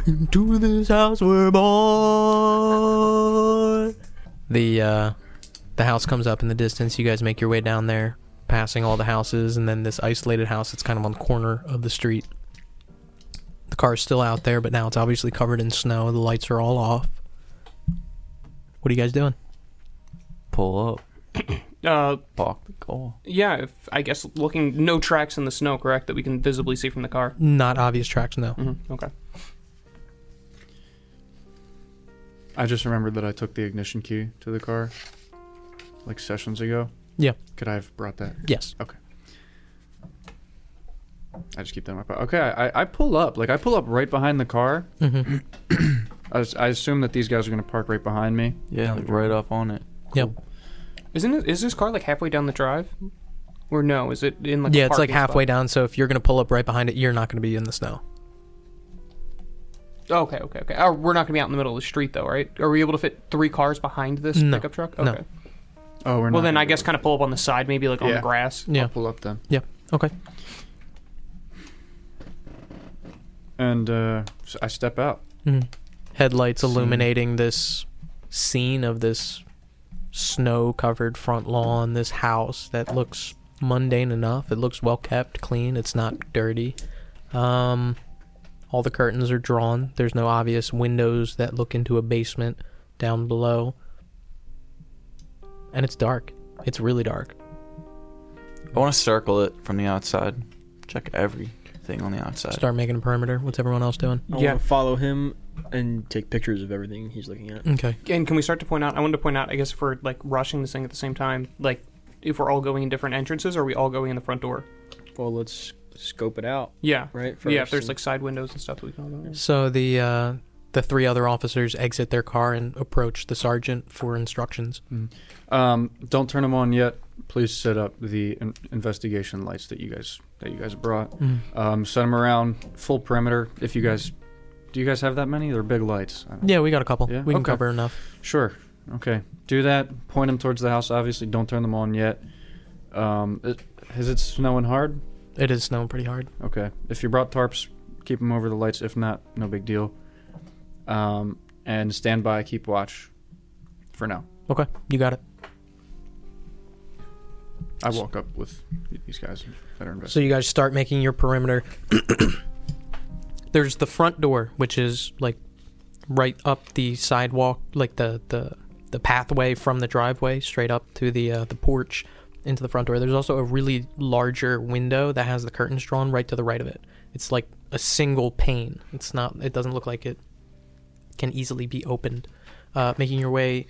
G: Into this house we're born. The uh, the house comes up in the distance. You guys make your way down there, passing all the houses, and then this isolated house that's kind of on the corner of the street. The car's still out there, but now it's obviously covered in snow. The lights are all off. What are you guys doing?
F: Pull up.
D: Uh,
F: Park the car.
D: yeah. If, I guess looking, no tracks in the snow, correct? That we can visibly see from the car.
G: Not obvious tracks, no.
C: Mm.
D: Mm-hmm. Okay.
C: I just remembered that I took the ignition key to the car like sessions ago.
G: Yeah.
C: Could I have brought that?
G: Yes.
C: I just keep that in my pocket. Okay, I, I pull up. Like I pull up right behind the car.
G: Mm-hmm.
C: I, s- I assume that these guys are gonna park right behind me.
F: Yeah, like right up on it.
G: Yep.
D: Isn't it? Is this car like halfway down the drive? Or no? Is it in like? a
G: yeah, it's like
D: parking spot?
G: halfway down. So if you're gonna pull up right behind it, you're not gonna be in the snow.
D: Okay, okay, okay. Oh, we're not gonna be out in the middle of the street though, right? Are we able to fit three cars behind this
G: No,
D: pickup truck?
G: no.
D: Okay.
C: Oh, we're not.
D: Well, then
C: gonna
D: I
C: be
D: guess
C: able
D: kind of pull up on the side, maybe like on
C: Yeah.
D: the grass.
C: to-
G: Yeah.
C: I'll pull up then.
G: Yeah. Okay.
C: And uh, s- I step out.
G: Headlights illuminating this scene of this snow-covered front lawn, this house that looks mundane enough. It looks well kept, clean. It's not dirty. Um, all the curtains are drawn. There's no obvious windows that look into a basement down below. And it's dark. It's really dark.
F: I want to circle it from the outside. Check everything on the outside.
G: Start making a perimeter. What's everyone else doing?
E: I
D: Yeah.
E: want to follow him and take pictures of everything he's looking at.
G: Okay.
D: And can we start to point out? I wanted to point out, I guess, if we're like rushing this thing at the same time, like if we're all going in different entrances, or are we all going in the front door?
E: Well, let's scope it out,
D: Yeah.
E: right?
D: yeah, if
E: first
D: there's
E: and-
D: like side windows and stuff, that we can all go in.
G: So the uh, the three other officers exit their car and approach the sergeant for instructions.
C: Um, don't turn them on yet. Please set up the in- investigation lights that you guys that you guys brought. Um, set them around full perimeter. If you guys, do you guys have that many? They're big lights. I don't-
G: Yeah, we got a couple.
C: Yeah?
G: We can
C: Okay.
G: cover enough.
C: Sure. Okay, do that. Point them towards the house. Obviously, don't turn them on yet. Um, it, is it snowing hard?
G: It is snowing pretty hard.
C: Okay. If you brought tarps, keep them over the lights. If not, no big deal. Um, and stand by, keep watch. For now,
G: Okay, you got it.
C: I walk up with these guys that are
G: So
C: investigating.
G: you guys start making your perimeter. There's the front door, which is like right up the sidewalk, like the the the pathway from the driveway straight up to the uh, the porch into the front door. There's also a really larger window that has the curtains drawn right to the right of it. It's like a single pane. It's not. It doesn't look like it can easily be opened. Uh, making your way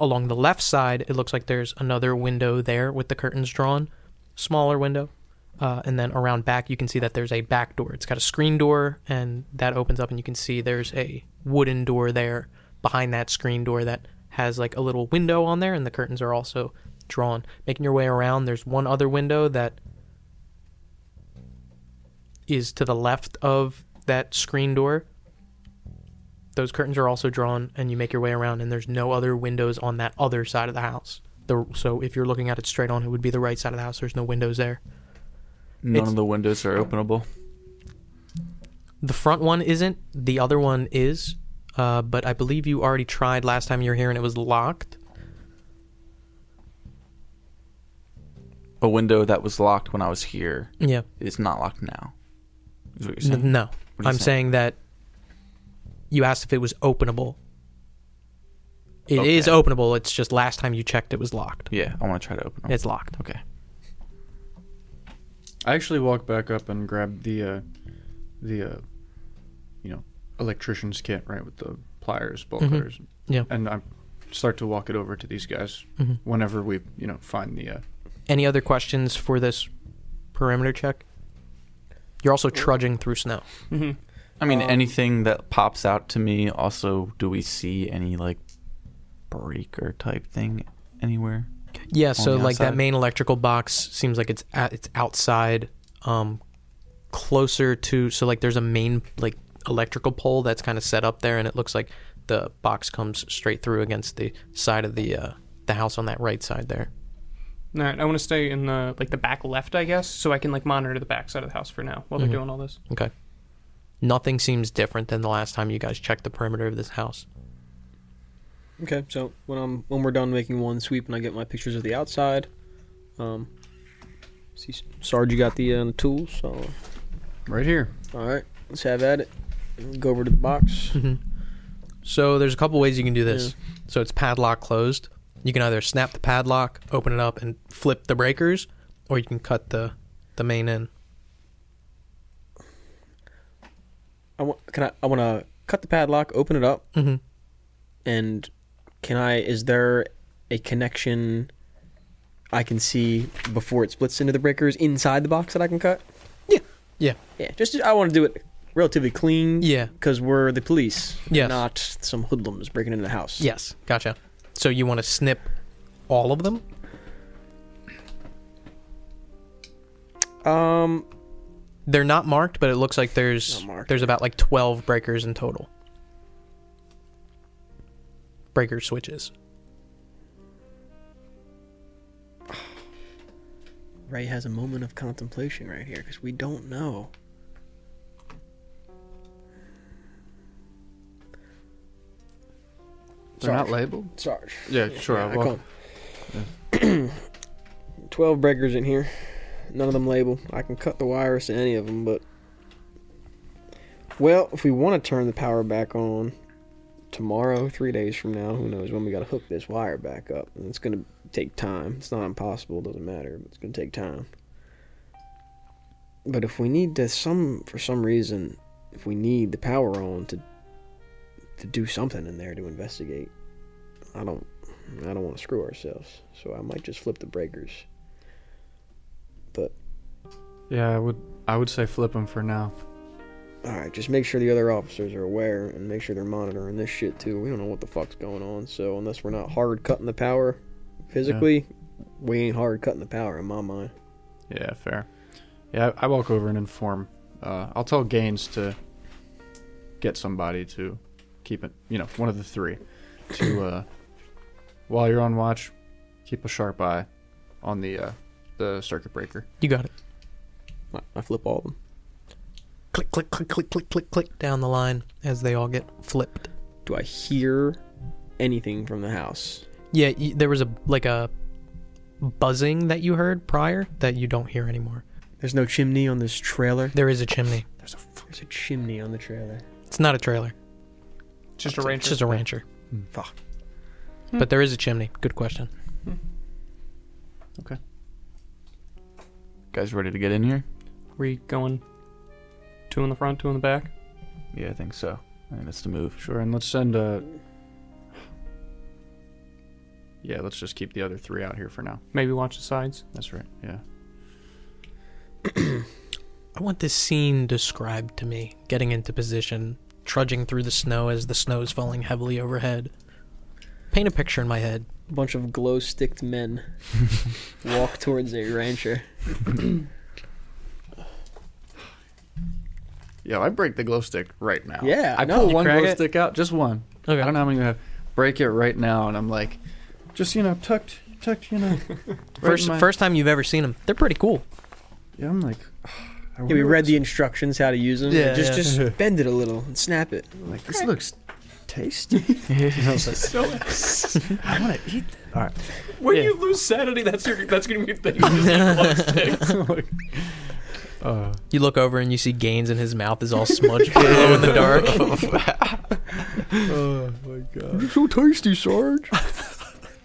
G: along the left side, it looks like there's another window there with the curtains drawn, smaller window. Uh, and then around back, you can see that there's a back door. It's got a screen door, and that opens up, and you can see there's a wooden door there behind that screen door that has like a little window on there, and the curtains are also drawn. Making your way around, there's one other window that is to the left of that screen door. Those curtains are also drawn, and you make your way around, and there's no other windows on that other side of the house. The, so if you're looking at it straight on, it would be the right side of the house. There's no windows there.
F: None
G: It's-
F: of the windows are openable.
G: The front one isn't. The other one is. Uh, but I believe you already tried last time you were here and it was locked.
F: A window that was locked when I was here
G: Yeah.
F: is not locked now. Is what you're saying?
G: N- no.
F: What are you
G: I'm saying that you asked if it was openable. It is
F: Okay.
G: openable. It's just last time you checked it was locked.
F: Yeah, I want to try to open them.
G: It's locked.
F: okay.
C: I actually walk back up and grab the, uh, the, uh, you know, electrician's kit, right, with the pliers, bolt cutters.
G: Yeah.
C: And I start to walk it over to these guys whenever we, you know, find the. Uh,
G: Any other questions for this perimeter check? You're also trudging through snow.
F: I mean, anything that pops out to me. Also, do we see any like breaker type thing anywhere?
G: Yeah, so
F: the
G: like that
F: outside?
G: main electrical box seems like it's at, it's outside, um, closer to so like there's a main like electrical pole that's kind of set up there, and it looks like the box comes straight through against the side of the uh, the house on that right side there.
D: All right, I want to stay in the like the back left, I guess, so I can like monitor the back side of the house for now while
G: Mm-hmm.
D: they're doing all this.
G: Okay, nothing seems different than the last time you guys checked the perimeter of this house.
E: Okay, so when I'm when we're done making one sweep and I get my pictures of the outside, um, see Sarge, you got the uh, tools, so
C: right here.
E: all right, let's have at it. Go over to the box.
G: So there's a couple ways you can do this. So it's padlock closed. You can either snap the padlock, open it up, and flip the breakers, or you can cut the the main end.
E: I want can I I want to cut the padlock, open it up,
G: Mm-hmm.
E: and can I? Is there a connection I can see before it splits into the breakers inside the box that I can cut?
G: Yeah. Yeah.
E: Yeah, just I want to do it relatively clean.
G: Yeah.
E: because we're the police,
G: Yes.
E: not some hoodlums breaking into the house.
G: Yes, gotcha. So you want to snip all of them?
E: Um,
G: They're not marked, but it looks like there's
E: Not marked.
G: there's about like 12 breakers in total. Breaker switches.
E: Ray has a moment of contemplation right here because we don't know.
C: They're not labeled.
E: Sarge.
C: Yeah, sure.
E: Yeah,
C: I
E: I
C: walk.
E: call him. Twelve breakers in here. None of them labeled. I can cut the wires to any of them, but well, if we want to turn the power back on tomorrow, three days from now, who knows when we got to hook this wire back up, and it's gonna take time. It's not impossible. It doesn't matter. But it's gonna take time. But if we need to some for some reason, if we need the power on to to do something in there to investigate, I don't I don't want to screw ourselves, so I might just flip the breakers.
C: Yeah, I would. I would say flip them for now.
E: All right, just make sure the other officers are aware and make sure they're monitoring this shit too. We don't know what the fuck's going on, so unless we're not hard cutting the power physically, we ain't hard cutting the power in my mind.
C: Yeah, fair. Yeah, I, I walk over and inform. Uh, I'll tell Gaines to get somebody to keep it. You know, one of the three to uh, while you're on watch, keep a sharp eye on the uh, the circuit breaker.
G: You got it.
E: I, I flip all of them.
G: Click, click, click, click, click, click, click down the line as they all get flipped.
E: Do I hear anything from the house?
G: Yeah, y there was a like a buzzing that you heard prior that you don't hear anymore.
E: There's no chimney on this trailer.
G: There is a chimney.
E: There's a chimney on the trailer.
G: It's not a trailer.
D: Just a
G: It's
D: rancher.
G: just a rancher.
E: Fuck.
G: But there is a chimney. Good question.
F: Guys, ready to get in here?
D: we going two in the front, two in the back.
F: Yeah, I think so. I think that's the move.
C: Sure, and let's send uh Yeah, let's just keep the other three out here for now.
D: Maybe watch the sides.
C: That's right. Yeah.
G: I want this scene described to me. Getting into position, trudging through the snow as the snow is falling heavily overhead. Paint a picture in my head.
E: A bunch of glow sticked men walk towards a rancher.
C: Yeah, I break the glow stick right now.
E: Yeah,
C: I
E: no,
C: pull
E: you
C: one
E: crack
C: glow
E: it.
C: stick out, just one.
G: Okay.
C: I don't know how many you have. Break it right now, and I'm like, just you know, tucked, tucked, you know. right in
G: First,
C: my-
G: first time you've ever seen them. They're pretty cool.
C: Yeah, I'm like, I
E: Yeah, we
C: wonder
E: read
C: what's-
E: the instructions how to use them.
G: Yeah,
E: just
C: yeah.
E: just bend it a little and snap it.
C: like this looks tasty. I was like, I want to eat. This. All right.
D: When
C: Yeah.
D: you lose sanity, that's your that's gonna be your thing. You just eat glow sticks.
G: You look over and you see Gaines and his mouth is all smudged glow in the dark.
H: You're so tasty, Sarge.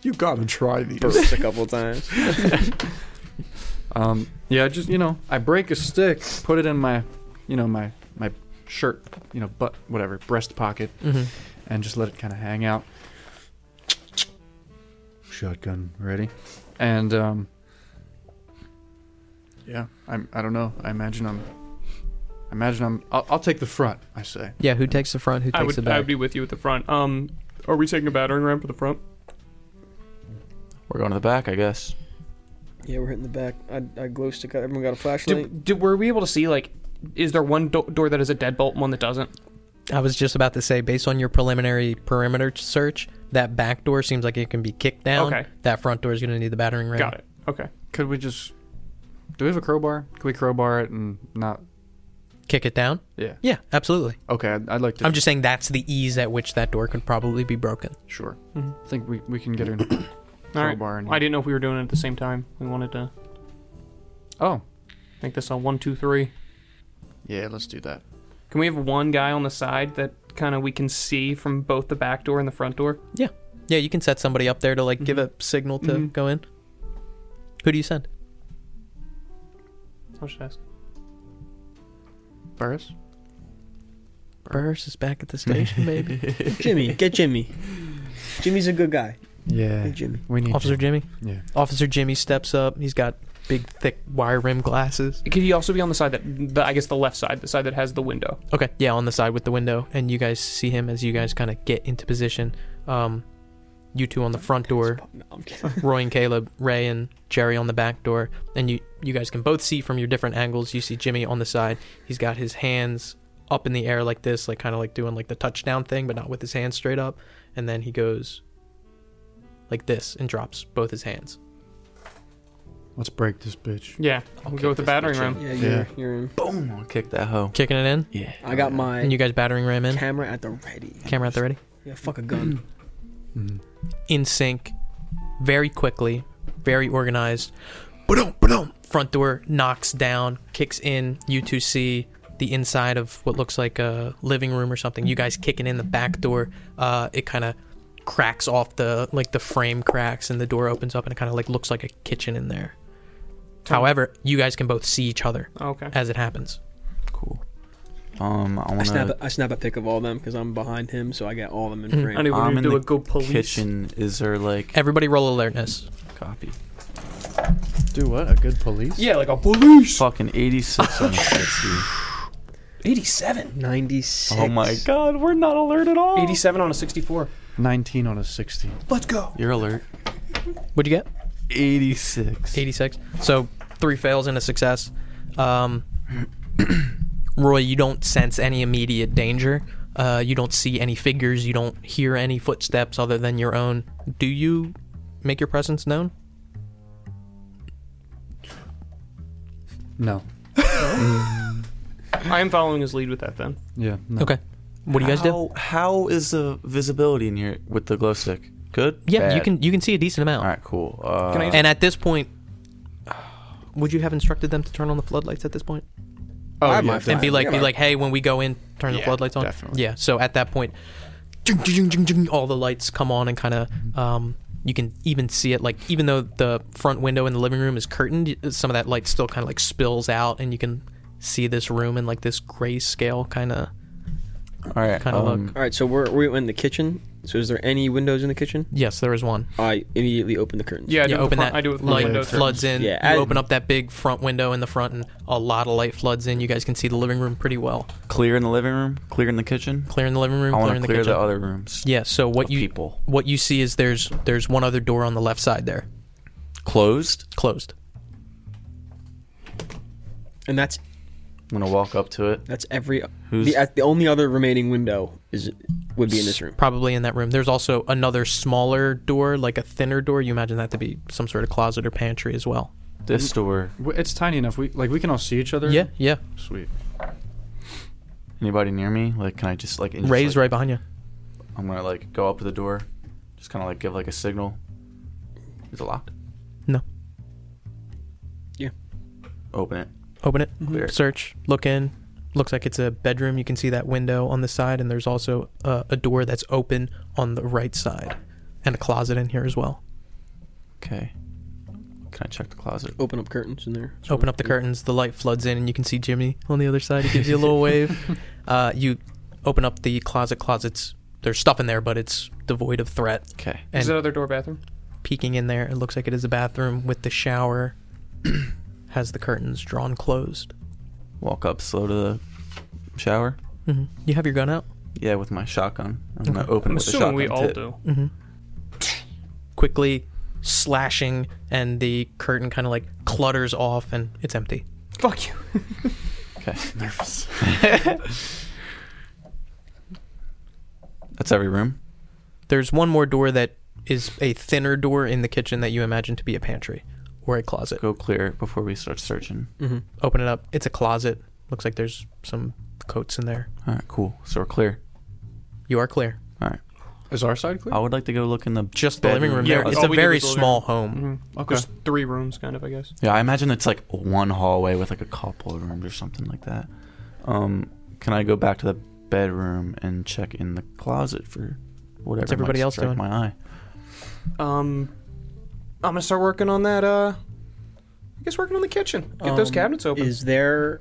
H: you gotta try these.
E: Burst a couple times.
C: Um, yeah, just you know, I break a stick, put it in my, you know, my my shirt, you know, butt whatever breast pocket,
G: Mhm.
C: and just let it kind of hang out. Shotgun ready, and um, yeah, I'm I don't know. I imagine I'm, I imagine I'm. I'll, I'll take the front. I say.
G: Yeah, who takes the front? Who takes
D: I would
G: the
D: I
G: back?
D: would be with you at the front. Um, are we taking a battering ram for the front?
F: We're going to the back, I guess.
E: Yeah, we're hitting the back. I, I glow stick. out. Everyone got a flashlight.
D: Did, did, were we able to see like, is there one do- door that has a deadbolt and one that doesn't?
G: I was just about to say, based on your preliminary perimeter search, that back door seems like it can be kicked down.
D: Okay.
G: That front door is going to need the battering ram.
D: Got it. Okay.
C: Could we just? Do we have a crowbar? Could we crowbar it and not?
G: Kick it down?
C: Yeah.
G: Yeah, absolutely.
C: Okay, I'd, I'd like to.
G: I'm just saying that's the ease at which that door could probably be broken.
C: sure. I think we, we can get a
D: All right.
C: crowbar in.
D: I didn't know if we were doing it at the same time. We wanted to
C: Oh,
D: make this a one, two, three.
C: yeah, let's do that.
D: Can we have one guy on the side that kind of we can see from both the back door and the front door?
G: Yeah. Yeah, you can set somebody up there to like give a signal to
D: Mhm.
G: go in. Who do you send?
D: I'll just ask.
C: Burris?
G: Burris is back at the station, baby.
E: Jimmy, get Jimmy. Jimmy's a good guy.
C: Yeah.
E: Hey, Jimmy.
C: We need
G: Officer Jimmy.
C: Yeah.
G: Officer Jimmy steps up. He's got big, thick wire rim glasses.
D: Could he also be on the side that, the, I guess, the left side, the side that has the window?
G: Okay, yeah, on the side with the window, and you guys see him as you guys kind of get into position. Um, you two on the front door,
E: No, I'm kidding.
G: Roy and Caleb, Ray and Jerry on the back door, and you you guys can both see from your different angles. You see Jimmy on the side. He's got his hands up in the air like this, like kind of like doing like the touchdown thing, but not with his hands straight up. And then he goes like this and drops both his hands.
H: Let's break this bitch.
D: Yeah. We'll
G: kick
D: go with the
G: this
D: battering
G: bitch
D: ram.
E: Yeah, you're,
H: Yeah.
E: you're in.
F: Boom! I'll kick that hoe.
G: Kicking it in,
F: Yeah.
E: I got my
G: and you guys battering ram in.
E: camera at the ready.
G: Camera at the ready.
E: Yeah, fuck a gun.
G: in sync, very quickly, very organized. Ba-dum, ba-dum. Front door knocks down, kicks in. You two see the inside of what looks like a living room or something. You guys kicking in the back door. Uh, it kind of cracks off the like the frame cracks and the door opens up and it kind of like looks like a kitchen in there. However, you guys can both see each other
D: Okay.
G: as it happens.
F: Cool. Um, I
E: I
F: want
E: snap,
F: to.
E: a, I snap a pic of all of them because I'm behind him, so I get all of them
G: Mm-hmm.
E: in frame.
D: I knew we
F: I'm
D: were
F: in
D: do
F: the
D: a go police.
F: Kitchen. Is there like
G: Everybody roll alertness.
F: copy?
H: Do what? A good police?
D: Yeah, like a police.
F: Fucking 86 on the 60.
D: 87.
E: 96.
F: Oh my god, we're not alert at all.
D: 87 on a 64.
H: 19 on a 16.
F: You're alert.
G: What'd you get?
F: 86.
G: 86. So three fails and a success. Um, Roy, you don't sense any immediate danger. Uh, you don't see any figures. You don't hear any footsteps other than your own. Do you make your presence known?
C: No.
D: I am following his lead with that then.
C: Yeah. No.
G: Okay. What do you guys do?
F: How, how is the visibility in here with the glow stick? Good.
G: Yeah, you
F: Bad?
G: can you can see a decent amount.
F: All right, cool. Uh,
E: Oh.
D: Can I-
G: And at this point, would you have instructed them to turn on the floodlights at this point?
H: Oh,
E: I might
H: yeah,
E: have
G: and be
E: Yeah,
G: like, be
E: yeah.
G: like, hey, when we go in, turn the
F: Yeah,
G: floodlights on.
F: definitely.
G: Yeah. So at that point, ding, ding, ding, ding, ding, all the lights come on and kind of, um, you can even see it. Like even though the front window in the living room is curtained, y- some of that light still kind of like spills out, and you can see this room in like this grayscale kind of.
F: all right.
G: kinda
F: um,
G: look.
E: All right, so we're we're in the kitchen. So is there any windows in the kitchen?
G: Yes, there is one.
E: I immediately open the curtains.
D: Yeah, I do
G: you
D: it with
G: open
D: front-
G: that
D: I do it with front
G: light
D: windows.
G: floods in.
E: Yeah, I-
G: you open up that big front window in the front, and a lot of light floods in. You guys can see the living room pretty well.
F: Clear in the living room. Clear in the kitchen.
G: Clear in the living room.
F: I
G: clear
F: want
G: in
F: to
G: the
F: clear
G: kitchen.
F: the other rooms.
G: Yeah. So what
F: of
G: you
F: people.
G: what you see is there's there's one other door on the left side there,
F: Closed.
G: closed.
E: and that's
F: I'm gonna walk up to it.
E: that's every.
F: Who's-
E: the, uh, the only other remaining window is would be in this room.
G: Probably in that room. There's also another smaller door, like a thinner door. You imagine that to be some sort of closet or pantry as well.
F: This
G: Mm-hmm.
F: door.
C: W- It's tiny enough. We like we can all see each other.
G: Yeah, yeah.
C: Sweet.
F: Anybody near me? Like, can I just like just,
G: Ray's
F: like,
G: right behind you.
F: I'm gonna like go up to the door, just kind of like give like a signal. Is it locked?
G: No.
E: Yeah.
F: Open it.
G: Open it.
D: Mm-hmm.
F: Clear.
G: Search. Look in. Looks like it's a bedroom. You can see that window on the side, and there's also uh, a door that's open on the right side, and a closet in here as well.
F: Okay. Can I check the closet?
E: Open up curtains in there.
G: Open up the curtains. The light floods in, and you can see Jimmy on the other side. He gives you a little wave. Uh, you open up the closet. Closets. There's stuff in there, but it's devoid of threat.
F: Okay.
G: And
D: Is that other door bathroom?
G: peeking in there, it looks like it is a bathroom with the shower. has the curtains drawn closed.
F: Walk up slow to the shower.
G: hmm You have your gun out.
F: Yeah, with my shotgun. I'm gonna
G: Okay.
F: open
D: I'm
F: it with a
D: assuming
F: shotgun.
D: we all
F: tip.
D: do.
G: Quickly slashing, and the curtain kind of like clutters off, and it's empty.
D: Fuck you.
F: Okay. Nervous. That's every room.
G: There's one more door that is a thinner door in the kitchen that you imagine to be a pantry or a closet.
F: Go clear it before we start searching.
D: Mm-hmm.
G: Open it up. It's a closet. Looks like there's some coats in there.
F: All right, cool. So we're clear.
G: You are clear.
F: All right.
C: Is our side clear?
F: I would like to go look in the
G: Just the living room.
D: Yeah,
G: there.
D: that's
G: It's a
D: all we did
G: very
D: was the living
G: small home.
C: Okay.
D: There's three rooms, kind of, I guess.
F: Yeah, I imagine it's like one hallway with like a couple of rooms or something like that. Um, can I go back to the bedroom and check in the closet for whatever?
G: What's everybody
F: might
G: else
F: strike
G: doing?
F: My eye.
D: Um, I'm gonna start working on that. Uh, I guess working on the kitchen. Get those
E: Um,
D: cabinets open.
E: Is there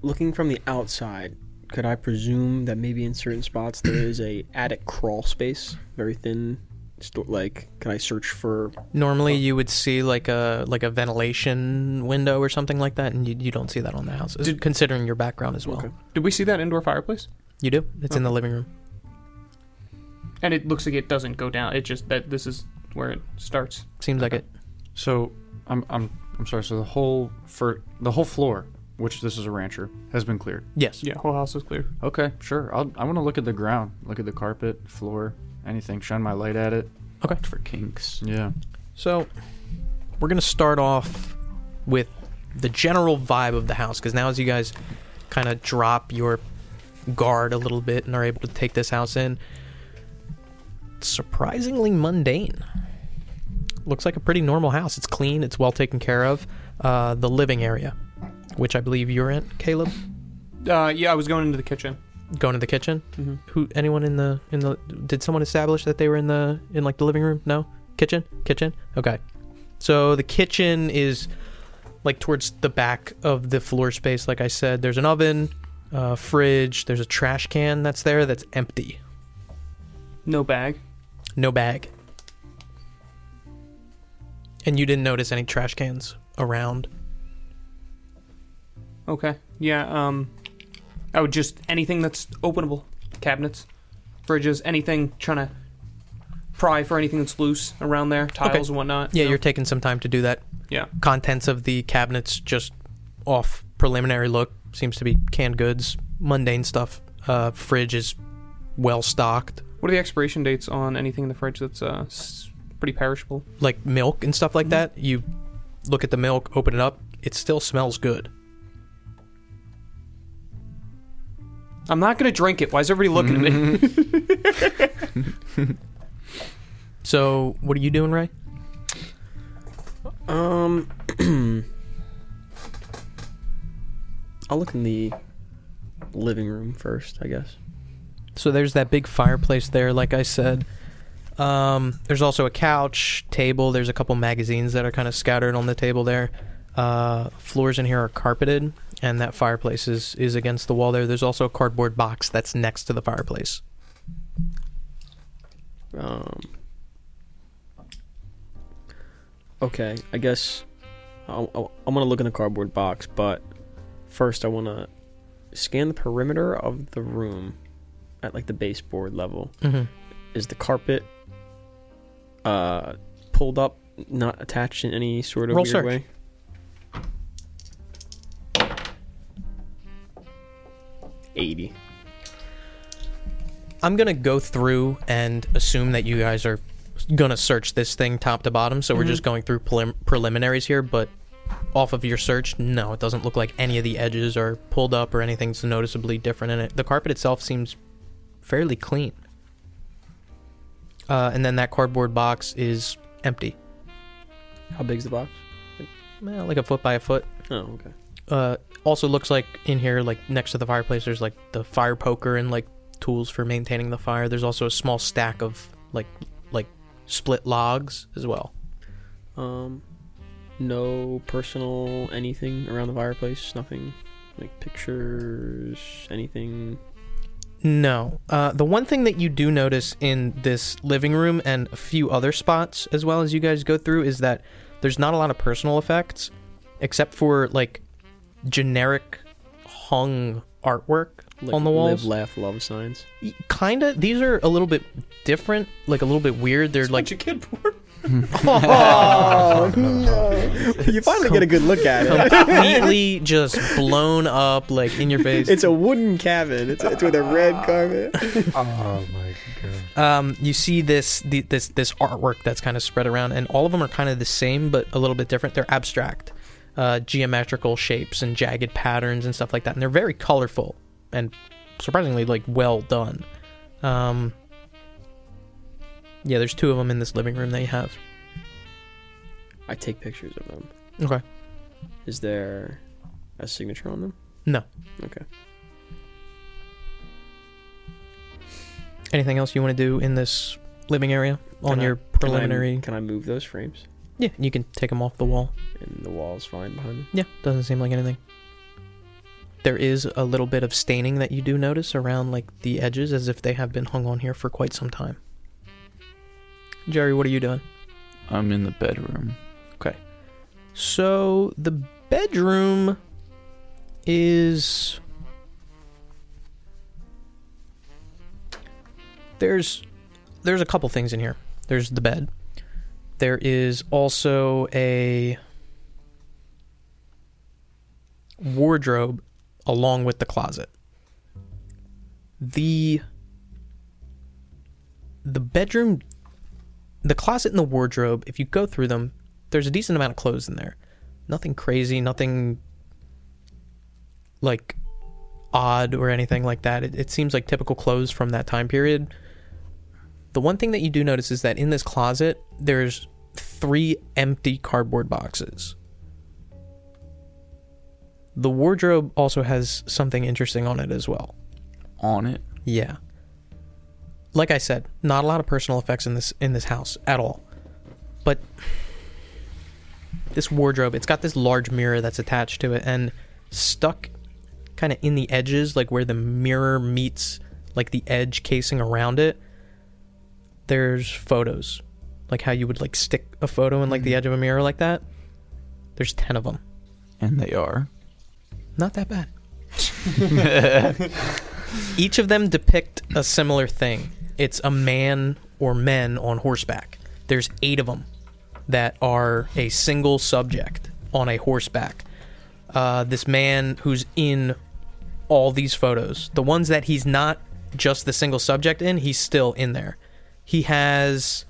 E: looking from the outside? Could I presume that maybe in certain spots there is a attic crawl space, very thin, sto- like can I search for?
D: Mm-hmm.
G: Normally, you would see like a like a ventilation window or something like that, and you, you don't see that on the houses. considering your background as well,
E: Okay.
D: Did we see that indoor fireplace?
G: you do. It's in the living room.
D: And it looks like it doesn't go down. It just that this is where it starts.
G: Seems like it.
C: So I'm I'm I'm sorry. So the whole for the whole floor, which this is a rancher, has been cleared.
G: Yes.
D: Yeah, whole house is clear.
C: Okay, sure. I'll, I want to look at the ground, look at the carpet, floor, anything. Shine my light at it.
G: Okay.
F: For kinks.
C: Yeah.
G: So we're gonna start off with the general vibe of the house, because now as you guys kind of drop your guard a little bit and are able to take this house in, it's surprisingly mundane. Looks like a pretty normal house. It's clean. It's well taken care of. Uh, the living area, which I believe you're in, Caleb.
D: Uh, yeah, I was going into the kitchen.
G: Going to the kitchen.
D: Mm-hmm.
G: Who? Anyone in the in the? Did someone establish that they were in the in like the living room? No. Kitchen. Kitchen. Okay. So the kitchen is like towards the back of the floor space. Like I said, there's an oven, uh, fridge. There's a trash can that's there that's empty.
D: No bag.
G: No bag. And you didn't notice any trash cans around.
D: Okay. Yeah. Um, I would just anything that's openable, cabinets, fridges, anything trying to pry for anything that's loose around there, tiles
G: Okay.
D: and whatnot.
G: Yeah,
D: you know?
G: you're taking some time to do that.
D: Yeah.
G: Contents of the cabinets just off preliminary look seems to be canned goods, mundane stuff. Uh, fridge is well stocked.
D: What are the expiration dates on anything in the fridge that's uh, s- pretty perishable.
G: like milk and
D: Mm-hmm.
G: stuff like that. You look at the milk, open it up, it still smells good.
D: I'm not gonna drink it. Why is everybody looking at me?
G: So, what are you doing, Ray?
E: Um, I'll look in the living room first, I guess.
G: So there's that big fireplace there, like I said. Um, there's also a couch, table. There's a couple magazines that are kind of scattered on the table there. Uh, floors in here are carpeted, and that fireplace is, is against the wall there. There's also a cardboard box that's next to the fireplace.
E: Um. Okay, I guess I'll, I'll, I'm gonna look in the cardboard box, but first I wanna scan the perimeter of the room at like the baseboard level.
G: Mhm.
E: Is the carpet uh pulled up, not attached in any sort of
G: Roll
E: weird
G: search.
E: way? Eighty.
G: I'm gonna go through and assume that you guys are gonna search this thing top to bottom. So we're just going through prelim- preliminaries here, but off of your search, no, it doesn't look like any of the edges are pulled up or anything's noticeably different in it. The carpet itself seems fairly clean, uh, and then that cardboard box is empty,
E: How big's the box?
G: well, like a foot by a foot.
E: Oh, okay.
G: Uh, also looks like in here, like next to the fireplace, there's like the fire poker and like tools for maintaining the fire. There's also a small stack of like like split logs as well.
E: Um, no personal anything around the fireplace. Nothing like pictures, anything.
G: No, uh, the one thing that you do notice in this living room and a few other spots as well as you guys go through is that there's not a lot of personal effects, except for like generic hung artwork
E: Like,
G: on the walls.
E: Live, laugh, love signs.
G: Kinda. These are a little bit different, like a little bit weird. They're like
D: kid porn.
G: Oh,
E: Oh, you finally get a good look at it.
G: completely just blown up, like in your face.
E: It's a wooden cabin. It's, it's with a red carpet.
H: Oh my god.
G: um, you see this the, this this artwork that's kind of spread around, and all of them are kind of the same, but a little bit different. They're abstract, uh, geometrical shapes and jagged patterns and stuff like that, and they're very colorful and surprisingly like well done. Um, yeah, there's two of them in this living room that you have.
E: I take pictures of them.
G: Okay.
E: Is there a signature on them?
G: No.
E: Okay.
G: Anything else you want to do in this living area on
E: Can I-
G: your
E: Can I-
G: preliminary?
E: Can I, move those frames?
G: yeah, you can take them off the wall.
E: And the wall's fine behind them.
G: Yeah, doesn't seem like anything. There is a little bit of staining that you do notice around like the edges as if they have been hung on here for quite some time. Jerry, what are you doing?
F: I'm in the bedroom.
G: So the bedroom is there's there's a couple things in here. There's the bed. There is also a wardrobe along with the closet. The the bedroom the closet and the wardrobe, if you go through them, there's a decent amount of clothes in there. Nothing crazy, nothing like odd or anything like that. It, it seems like typical clothes from that time period. The one thing that you do notice is that in this closet, there's three empty cardboard boxes. The wardrobe also has something interesting on it as well.
F: On it.
G: Yeah. Like I said, not a lot of personal effects in this in this house at all. But this wardrobe, it's got this large mirror that's attached to it and stuck kind of in the edges like where the mirror meets like the edge casing around it. There's photos. Like how you would like stick a photo in like the edge of a mirror like that. There's 10 of them.
F: And they are.
G: Not that bad. Each of them depict a similar thing. It's a man or men on horseback. There's eight of them that are a single subject on a horseback. Uh, this man who's in all these photos, the ones that he's not just the single subject in, he's still in there. He has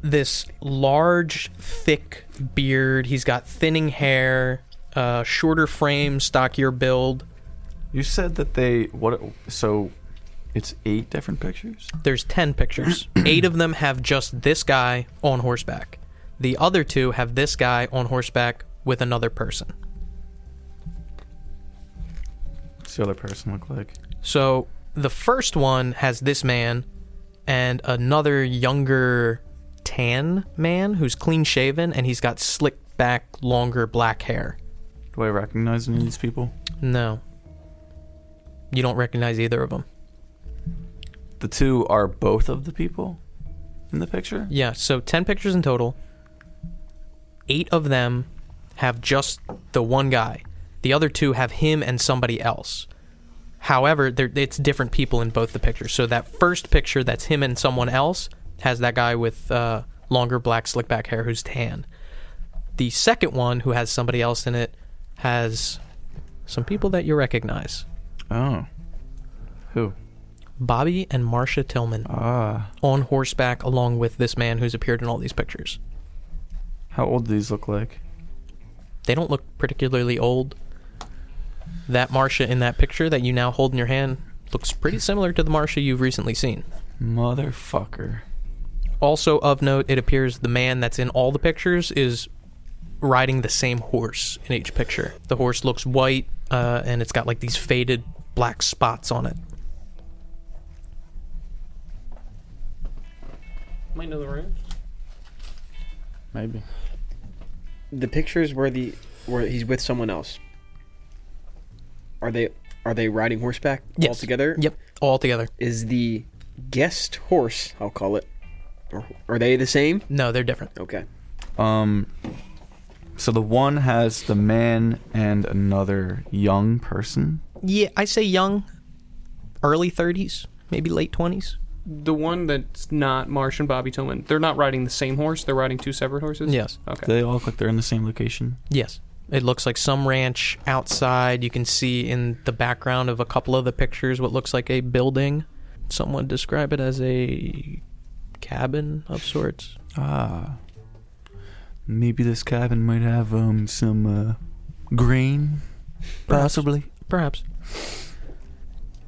G: this large, thick beard. He's got thinning hair, uh, shorter frame, stockier build.
F: You said that they what? So it's eight different pictures.
G: There's 10 pictures. Eight of them have just this guy on horseback. The other two have this guy on horseback with another person.
F: What's the other person look like?
G: So the first one has this man and another younger tan man who's clean shaven and he's got slicked back, longer black hair.
F: Do I recognize any of these people?
G: No. You don't recognize either of them.
F: The two are both of the people in the picture.
G: Yeah, so 10 pictures in total. Eight of them have just the one guy, the other two have him and somebody else. However, they're- it's different people in both the pictures. So that first picture that's him and someone else has that guy with uh, longer black slick back hair who's tan. The second one, who has somebody else in it, has some people that you recognize
F: Oh, who?
G: Bobby and Marcia Tillman
F: Ah,
G: on horseback along with this man who's appeared in all these pictures.
F: how old do these look like?
G: They don't look particularly old. That Marcia in that picture that you now hold in your hand looks pretty similar to the Marcia you've recently seen.
F: Motherfucker.
G: Also of note, it appears the man that's in all the pictures is riding the same horse in each picture. The horse looks white uh, and it's got like these faded black spots on it.
D: Might know the room.
C: Maybe.
E: The pictures where the where he's with someone else. Are they are they riding horseback
G: Yes.
E: altogether?
G: Yep, all together.
E: Is the guest horse, I'll call it. Or are they the same?
G: No, they're different.
E: Okay.
F: Um, so the one has the man and another young person.
G: Yeah, I say young, early 30s, maybe late 20s.
D: The one that's not Marsh and Bobby Tillman. They're not riding the same horse. They're riding two separate horses.
G: Yes.
D: Okay.
F: They all look like they're in the same location.
G: Yes. It looks like some ranch outside. You can see in the background of a couple of the pictures what looks like a building. Someone describe it as a cabin of sorts.
F: Ah, maybe this cabin might have um some uh, grain, possibly.
G: Perhaps.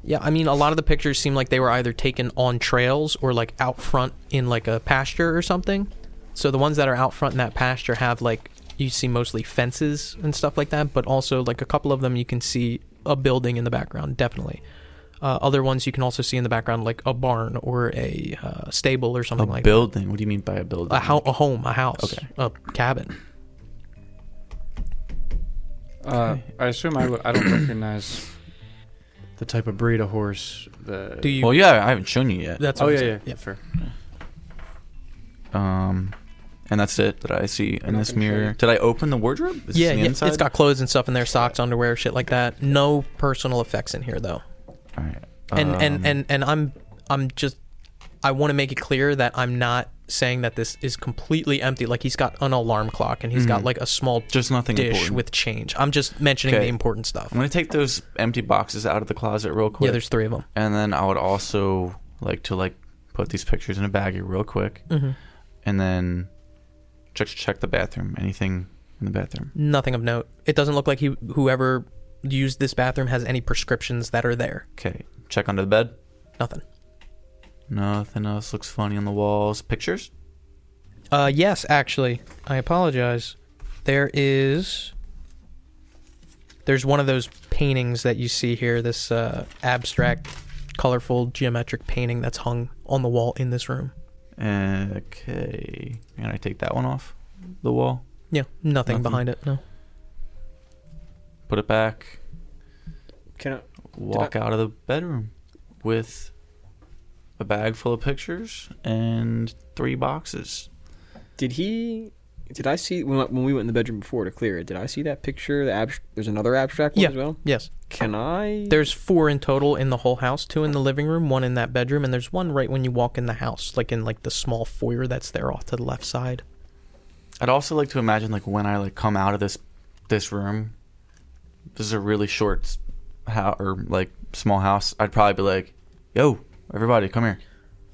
G: Yeah, I mean, a lot of the pictures seem like they were either taken on trails or like out front in like a pasture or something. So the ones that are out front in that pasture have like you see mostly fences and stuff like that, but also like a couple of them you can see a building in the background, definitely. Uh, other ones you can also see in the background like a barn or a uh, stable or
F: A
G: something like Uh,
F: building. What do you mean by a building?
G: that. A, ho- a home, a house, a cabin.
C: Uh, I assume I would. I don't recognize the type of breed of horse. The
G: Do you?
F: Well, yeah, I haven't shown you yet.
G: that's
C: oh
G: what
C: yeah,
G: I'm
C: yeah,
G: saying.
C: yeah,
G: Yeah.
C: fair.
F: Um, and that's it that I see in this
C: gonna show
F: mirror. Did I open the wardrobe? Is
G: Yeah,
F: this the
G: yeah,
F: inside?
G: it's got clothes and stuff in there, socks, underwear, shit like that. No personal effects in here though.
F: All right.
G: And
F: Um,
G: and and and I'm I'm just I want to make it clear that I'm not saying that this is completely empty. Like he's got an alarm clock and he's got like a small
F: Mm-hmm. Just nothing
G: dish
F: important.
G: with change. I'm just mentioning
F: Okay.
G: the important stuff.
F: I'm gonna take those empty boxes out of the closet real quick.
G: Yeah, there's three of them.
F: and then I would also like to like put these pictures in a baggie real quick, and then check check the bathroom. Anything in the bathroom?
G: Nothing of note. It doesn't look like he whoever used this bathroom has any prescriptions that are there.
F: Okay. Check under the bed.
G: Nothing.
F: Nothing else looks funny on the walls. Pictures.
G: Uh, yes, actually, I apologize. There is. There's one of those paintings that you see here. This uh, abstract, colorful, geometric painting that's hung on the wall in this room.
F: Okay. And I take that one off the wall.
G: Yeah, nothing,
F: Nothing.
G: behind it. No.
F: Put it back.
E: Can I,
F: walk out of the bedroom with a bag full of pictures and three boxes.
E: did he did I see when, when we went in the bedroom before to clear it? Did I see that picture? The abst- there's another abstract one
G: Yeah.
E: as well.
G: Yes.
E: Can I?
G: There's four in total in the whole house. Two in the living room, one in that bedroom, and there's one right when you walk in the house, like in like the small foyer that's there off to the left side.
F: I'd also like to imagine like when I like come out of this this room. This is a really short s- how or like small house. I'd probably be like, "Yo, everybody, come here."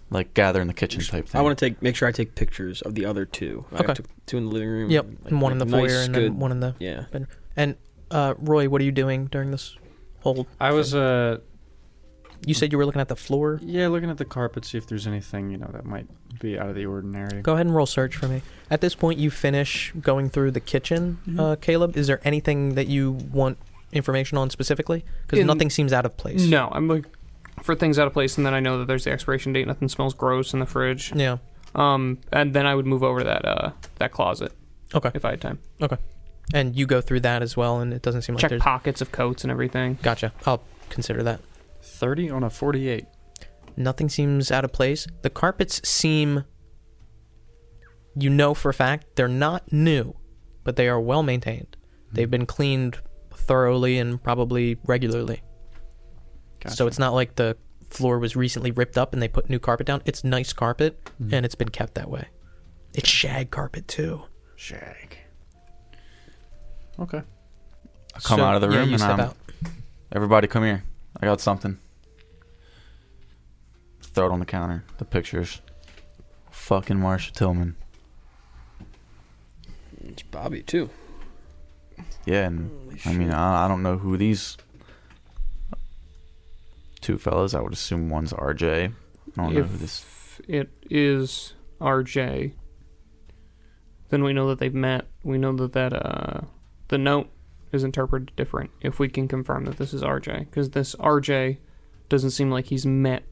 F: like gather in the kitchen type thing.
E: I want to take make sure I take pictures of the other two. I
G: Okay.
E: have to- two in the living room.
G: Yep,
E: Mm, like,
G: and one in the
E: like,
G: foyer,
E: nice,
G: and then
E: good-
G: one in the.
E: Yeah.
G: And uh, Roy, what are you doing during this whole?
C: I was uh
G: You said you were looking at the floor.
C: yeah looking at the carpet, see if there's anything you know that might be out of the ordinary.
G: Go ahead and roll search for me. At this point, you finish going through the kitchen,
D: Mm-hmm.
G: uh, Caleb. Is there anything that you want information on specifically? Because
D: In-
G: nothing seems out of place.
D: No, I'm looking for things out of place, and then I know that there's the expiration date. Nothing smells gross in the fridge.
G: Yeah.
D: Um, and then I would move over to that uh that closet
G: Okay.
D: if I had time.
G: Okay. And you go through that as well, and it doesn't seem like
D: Check
G: there's.
D: pockets of coats and everything.
G: Gotcha. I'll consider that.
C: Thirty on a forty-eight.
G: Nothing seems out of place. The carpets seem. You know for a fact they're not new, but they are well maintained.
D: Mm-hmm.
G: They've been cleaned thoroughly and probably regularly. So it's not like the floor was recently ripped up and they put new carpet down. It's nice carpet
F: Mm-hmm.
G: and it's been kept that way. It's shag carpet too.
C: Shag. Okay.
F: I come
G: So,
F: out of the
G: yeah,
F: room
G: you
F: and
G: step
F: I'm
G: out.
F: everybody come here. I got something. Throw it on the counter. The pictures. Fucking Marsha Tillman.
E: It's Bobby too.
F: Yeah, and I mean, I, I don't know who these two fellas. I would assume one's RJ. I don't know who this.
D: If it is RJ, then we know that they've met. We know that that uh the note is interpreted different if we can confirm that this is RJ because this RJ doesn't seem like he's met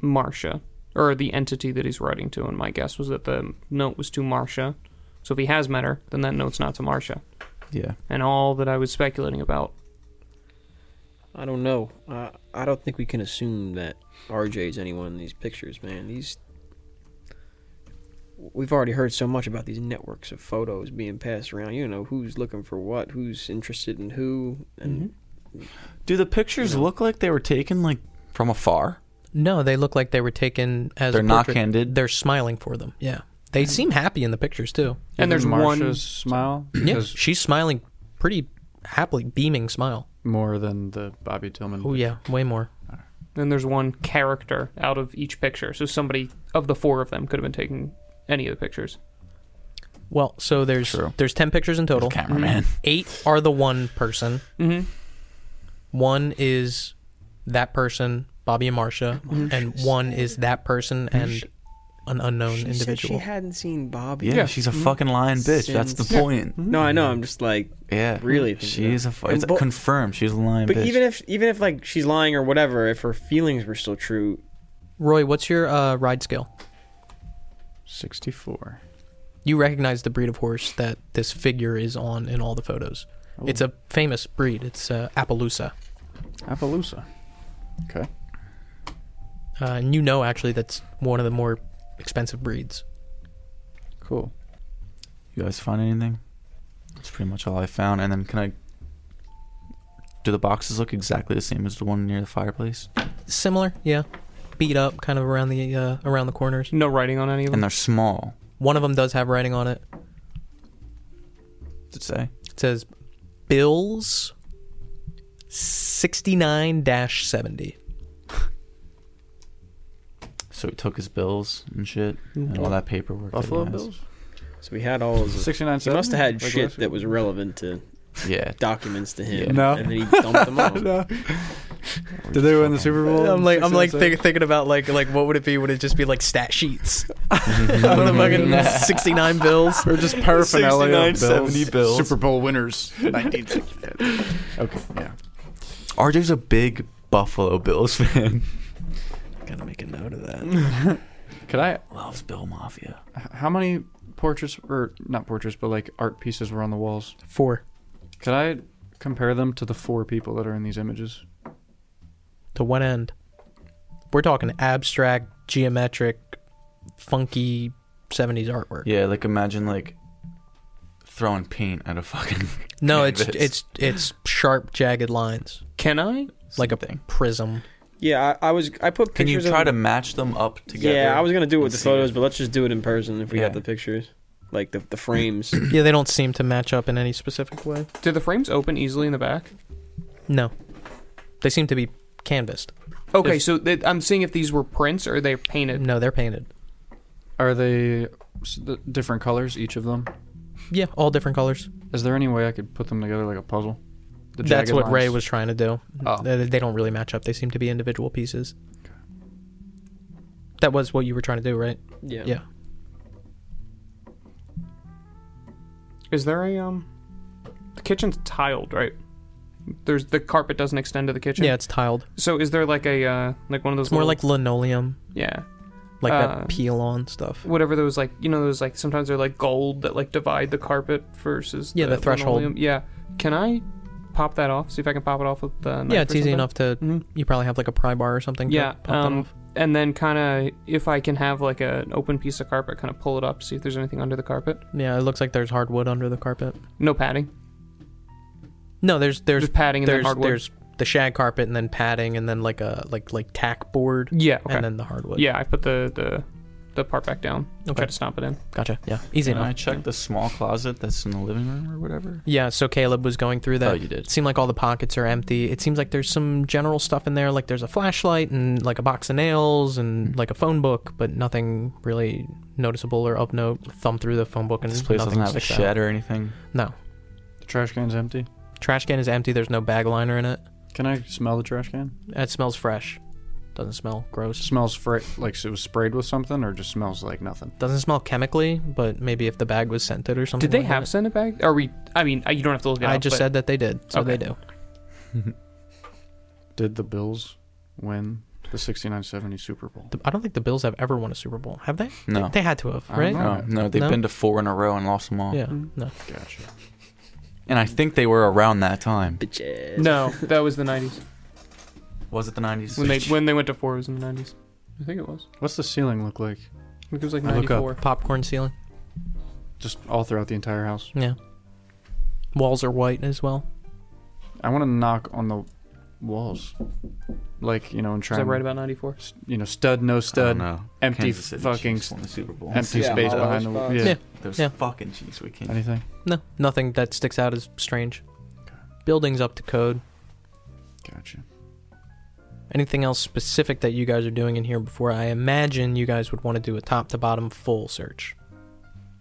D: Marcia or the entity that he's writing to and my guess was that the note was to Marcia. So if he has met her, then that note's not to Marcia.
F: Yeah,
D: And all that I was speculating about
E: I don't know. Uh, I don't think we can assume that RJ's anyone in these pictures, man. These. We've already heard so much about these networks of photos being passed around. You know who's looking for what, who's interested in who, and
F: do the pictures look like they were taken like from afar?
G: No, they look like they were taken as.
F: They're
G: a
F: not
G: portrait.
F: candid?
G: They're smiling for them. Yeah. They seem happy in the pictures too.
D: and there's one
C: Marsha's smile.
G: Yeah.
C: is
G: She's smiling pretty happily, beaming smile.
C: more than the Bobby Tillman.
G: Oh, yeah. Way more.
D: Then there's one character out of each picture. So somebody of the four of them could have been taking any of the pictures.
G: Well, so there's
F: True.
G: there's ten pictures in total.
F: Cameraman.
G: Eight are the one person.
D: Mhm.
G: One is that person, Bobby and Marcia, and one is that person and an unknown
E: she said she
G: individual.
E: hadn't seen Bobby. Mm-hmm.
F: Yeah, she's a fucking lying bitch. That's the
E: Since- Yeah.
F: point.
E: No, I know. I'm just like,
F: Yeah,
E: Really think
F: She's
E: that.
F: a. fu-
E: And
F: It's
E: bo-
F: confirmed. She's a lying
E: but
F: bitch.
E: even if even if like she's lying or whatever, if her feelings were still true,
G: Roy, what's your uh, ride skill?
C: Sixty-four.
G: You recognize the breed of horse that this figure is on in all the photos. It's a famous breed. It's uh, Appaloosa,
C: Appaloosa.
G: uh, and you know actually that's one of the more expensive breeds.
C: Cool.
F: You guys find anything? That's pretty much all I found. And then can I? Do the boxes look exactly the same as the one near the fireplace?
G: Similar, yeah. Beat up, kind of around the uh, around the corners.
D: No writing on any of them.
F: And they're small.
G: One of them does have writing on it.
F: Did it say?
G: It says Bills 69 70.
F: So he took his bills and shit and all that paperwork. that he
C: Buffalo
F: has.
C: Bills.
E: so we had all. His,
C: Sixty-nine.
E: he must have had shit that was relevant to
F: Yeah.
E: documents to him.
F: Yeah.
C: No.
E: and then he dumped them all.
C: Did they win the Super Bowl?
G: I'm like I'm like
C: 69-70?
G: think, thinking about like like what would it be? Would it just be like stat sheets? Out of the fucking 69 bills.
C: Or just paraphernalia of
F: 69,
C: bills.
F: 70 bills.
H: Super Bowl winners. 1960. okay, yeah.
F: RJ's a big Buffalo Bills fan.
G: Gotta make a note of that.
C: Could I?
F: Loves Bill Mafia.
C: h- How many portraits or not portraits, but like art pieces were on the walls?
G: Four
C: Could I compare them to the four people that are in these images?
G: to one end. We're talking abstract, geometric, funky 70s artwork.
F: Yeah, like imagine like throwing paint at a fucking
G: no, it's
F: canvas.
G: it's it's sharp jagged lines
D: Can I?
G: like a
F: Something.
G: prism.
E: Yeah, I, I was. I put pictures.
F: Can you
E: of-
F: try to match them up together?
E: Yeah, I was gonna do it with the
F: and see
E: photos, but let's just do it in person if we
F: Yeah.
E: have the pictures, like the the frames.
G: Yeah, they don't seem to match up in any specific way.
D: Do the frames open easily in the back?
G: No. They seem to be canvassed.
D: Okay, so th- I'm seeing if these were prints or they're painted.
G: No, they're painted.
C: Are they s- the different colors, each of them?
G: Yeah, all different colors.
C: Is there any way I could put them together like a puzzle? The
G: That's
C: jagged
G: what Ray
C: lines?
G: was trying to do.
C: Oh.
G: They, they don't really match up. They seem to be individual pieces. That was what you were trying to do, right?
E: Yeah.
G: Yeah.
D: Is there a um? The kitchen's tiled, right? There's the carpet doesn't extend to the kitchen.
G: Yeah, it's tiled.
D: So is there like a uh like one of those?
G: It's more
D: little-
G: like linoleum,
D: yeah,
G: like
D: Uh,
G: that peel on stuff.
D: whatever those like you know those like sometimes they're like gold that like divide the carpet versus
G: Yeah, the threshold.
D: linoleum. Yeah. Can I pop that off? See if I can pop it off with the knife
G: Yeah,
D: or
G: it's easy
D: something?
G: enough to.
D: Mhm.
G: You probably have like a pry bar or something. to
D: Yeah,
G: pop that
D: um,
G: off.
D: and then kind of if I can have like a, an open piece of carpet, kind of pull it up, see if there's anything under the carpet.
G: yeah. It looks like there's hardwood under the carpet.
D: No padding.
G: No, there's there's
D: There's padding and then
G: there's
D: hardwood.
G: there's the shag carpet and then padding and then like a like like tack board
D: Yeah. Okay.
G: and then the hardwood.
D: yeah, I put the the the part back down.
G: Okay.
D: Try to stomp it in.
G: Gotcha. Yeah. Easy
F: Can I
G: enough.
F: check the small closet that's in the living room or whatever?
G: Yeah, so Caleb was going through that.
F: Oh, you did.
G: It seemed like all the pockets are empty. It seems like there's some general stuff in there, like there's a flashlight and like a box of nails
F: Hmm.
G: and like a phone book, but nothing really noticeable or of note. Thumb through the phone book and
F: This place
G: nothing
F: doesn't have a
G: sticks out.
F: shed or anything.
G: No,
C: The trash can's empty.
G: trash can is empty. There's no bag liner in it.
C: Can I smell the trash can?
G: It smells fresh. Doesn't smell gross.
C: smells fra- like it was sprayed with something, or just smells like nothing.
G: Doesn't smell chemically, but maybe if the bag was scented or something.
D: Did they
G: like
D: have
G: that.
D: sent it back? Are we? I mean, I- you don't have to look it
G: I
D: up,
G: just
D: but-
G: said that they did, so
D: Okay.
G: they do.
C: Did the Bills win the 69-70 Super Bowl?
G: The- I don't think the Bills have ever won a Super Bowl, have they?
F: No. Oh,
G: They had to have,
C: I don't
G: right?
C: know.
F: No, no, they've
G: No?
F: been to four in a row and lost them all.
G: Yeah, no.
C: Gotcha.
F: And I think they were around that time.
E: Bitches.
D: No, that was the '90s
F: Was it the 90s?
D: when they when they went to four. It was in the '90s. I think it was.
C: What's the ceiling look like?
D: I think it was like
C: I look up.
D: '94.
G: Popcorn ceiling.
C: Just all throughout the entire house.
G: Yeah. Walls are white as well.
C: I want to knock on the walls, like you know, and
D: Was
C: try.
D: I
C: and,
D: right about '94?
C: s- You know, stud no stud,
F: no.
C: empty fucking
F: Chiefs won the Super Bowl.
C: empty
E: Yeah,
C: space
E: all
C: behind the
E: those
C: wall.
E: spots.
C: Yeah.
G: Yeah.
F: Those
G: Yeah.
F: fucking Chiefs. We can't.
C: Anything?
G: No, nothing that sticks out as strange. Buildings up to code.
C: Gotcha.
G: Anything else specific that you guys are doing in here before? I imagine you guys would want to do a top to bottom full search.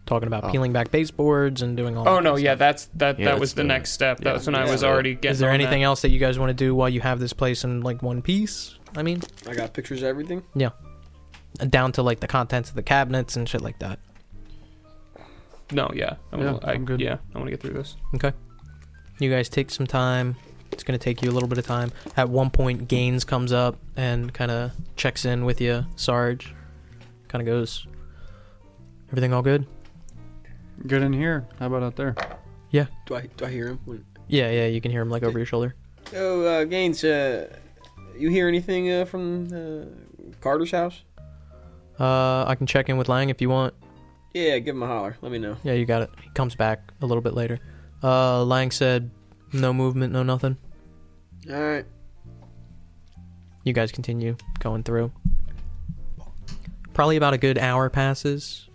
G: Talking about
C: Oh.
G: peeling back baseboards and doing all.
D: Oh
G: that
D: no,
G: kind of
D: yeah,
G: stuff.
D: that's that.
F: Yeah,
D: that was
F: let's
D: the
F: do it.
D: next step.
F: Yeah.
D: That's when I
E: Yeah.
D: was already getting.
G: Is there
D: on
G: anything
D: that.
G: else that you guys want to do while you have this place in like one piece? I mean,
E: I got pictures of everything.
G: down to like the contents of the cabinets and shit like that.
D: No, yeah, I wanna,
C: Yeah,
D: I,
C: I'm good.
D: Yeah, I want to get through this.
G: You guys take some time. It's going to take you a little bit of time. At one point, Gaines comes up and kind of checks in with you, Sarge. Kind of goes, Everything all good?
C: Good in here. How about out there?
E: Do I do I hear him? When,
G: Yeah, yeah, you can hear him like over your shoulder.
E: oh, uh, Gaines, uh, you hear anything uh, from uh, Carter's house?
G: Uh, I can check in with Lang if you want.
E: Yeah, give him a holler. Let me know.
G: Yeah, you got it. He comes back a little bit later. Uh, Lang said, No movement, no nothing.
E: All right.
G: You guys continue going through. Probably about a good hour passes.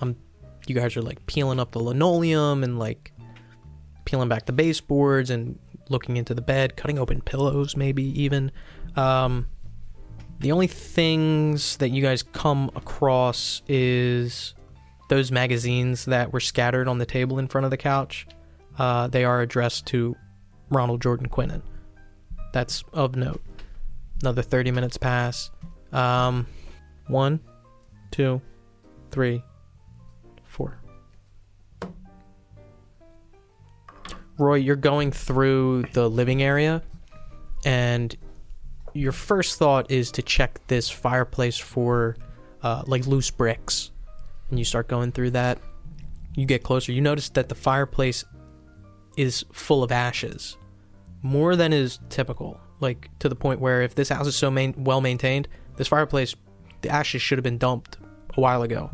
G: Um, you guys are like peeling up the linoleum and like peeling back the baseboards and looking into the bed, cutting open pillows, maybe even. Um, the only things that you guys come across is those magazines that were scattered on the table in front of the couch. Uh, they are addressed to Ronald Jordan Quinnen. That's of note another 30 minutes pass um one two three four roy you're going through the living area and your first thought is to check this fireplace for uh, like loose bricks and you start going through that you get closer you notice that the fireplace is full of ashes more than is typical. Like to the point where if this house is so main- well maintained, this fireplace, the ashes should have been dumped a while ago.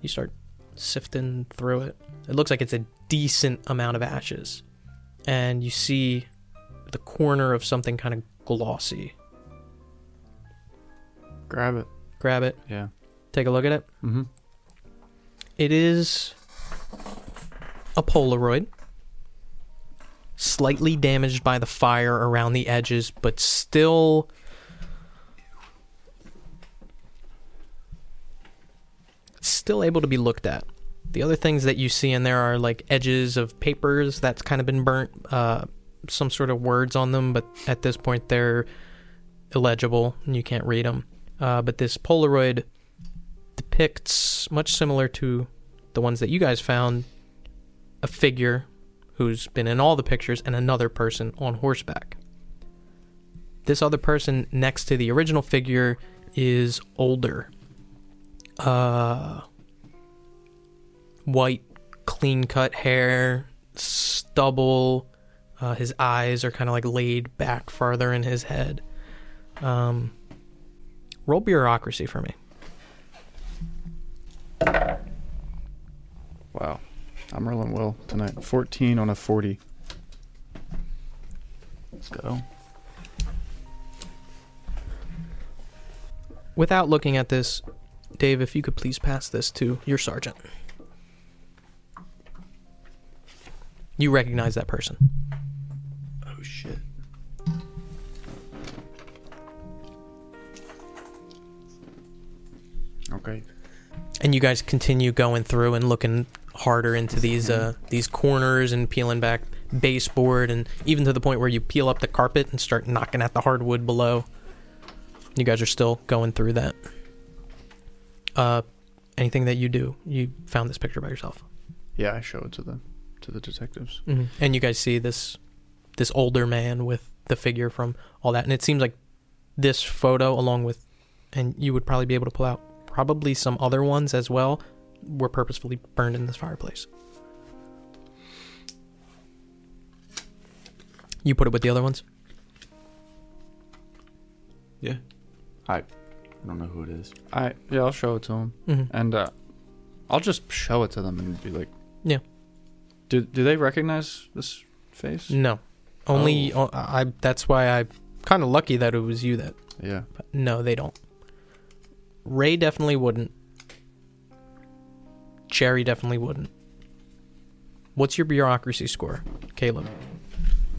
G: You start sifting through it. It looks like it's a decent amount of ashes, and you see the corner of something kind of glossy.
C: Grab it.
G: Grab it.
C: Yeah.
G: Take a look at it.
C: Mm-hmm.
G: It is a Polaroid, slightly damaged by the fire around the edges, but still it's still able to be looked at. The other things that you see in there are like edges of papers that's kind of been burnt, uh, some sort of words on them, but at this point they're illegible and you can't read them. Uh, but this Polaroid depicts, much similar to the ones that you guys found, a figure who's been in all the pictures and another person on horseback. This other person next to the original figure is older. Uh, white, clean cut hair, stubble. Uh, his eyes are kind of like laid back farther in his head. Um, roll bureaucracy for me.
C: Wow. I'm rolling well tonight. 14 on a 40.
F: Let's go.
G: Without looking at this, Dave, if you could please pass this to your sergeant. You recognize that person.
F: Oh shit.
C: Okay.
G: and you guys continue going through and looking harder into these uh, these corners and peeling back baseboard and even to the point where you peel up the carpet and start knocking at the hardwood below. You guys are still going through that. Uh, anything that you do, you found this picture by yourself,
C: Yeah, I show it to the to the detectives.
G: and you guys see this this older man with the figure from all that, and it seems like this photo along with, and you would probably be able to pull out probably some other ones as well, were purposefully burned in this fireplace. You put it with the other ones?
F: Yeah. I I don't know who it is.
C: I yeah, I'll show it to them,
G: Mhm.
C: and uh, I'll just show it to them and be like,
G: Yeah.
C: Do do they recognize this face?
G: No. Only o- I that's why I kind of lucky that it was you that.
C: Yeah.
G: But no, they don't. Ray definitely wouldn't. Cherry definitely wouldn't. What's your bureaucracy score, Caleb?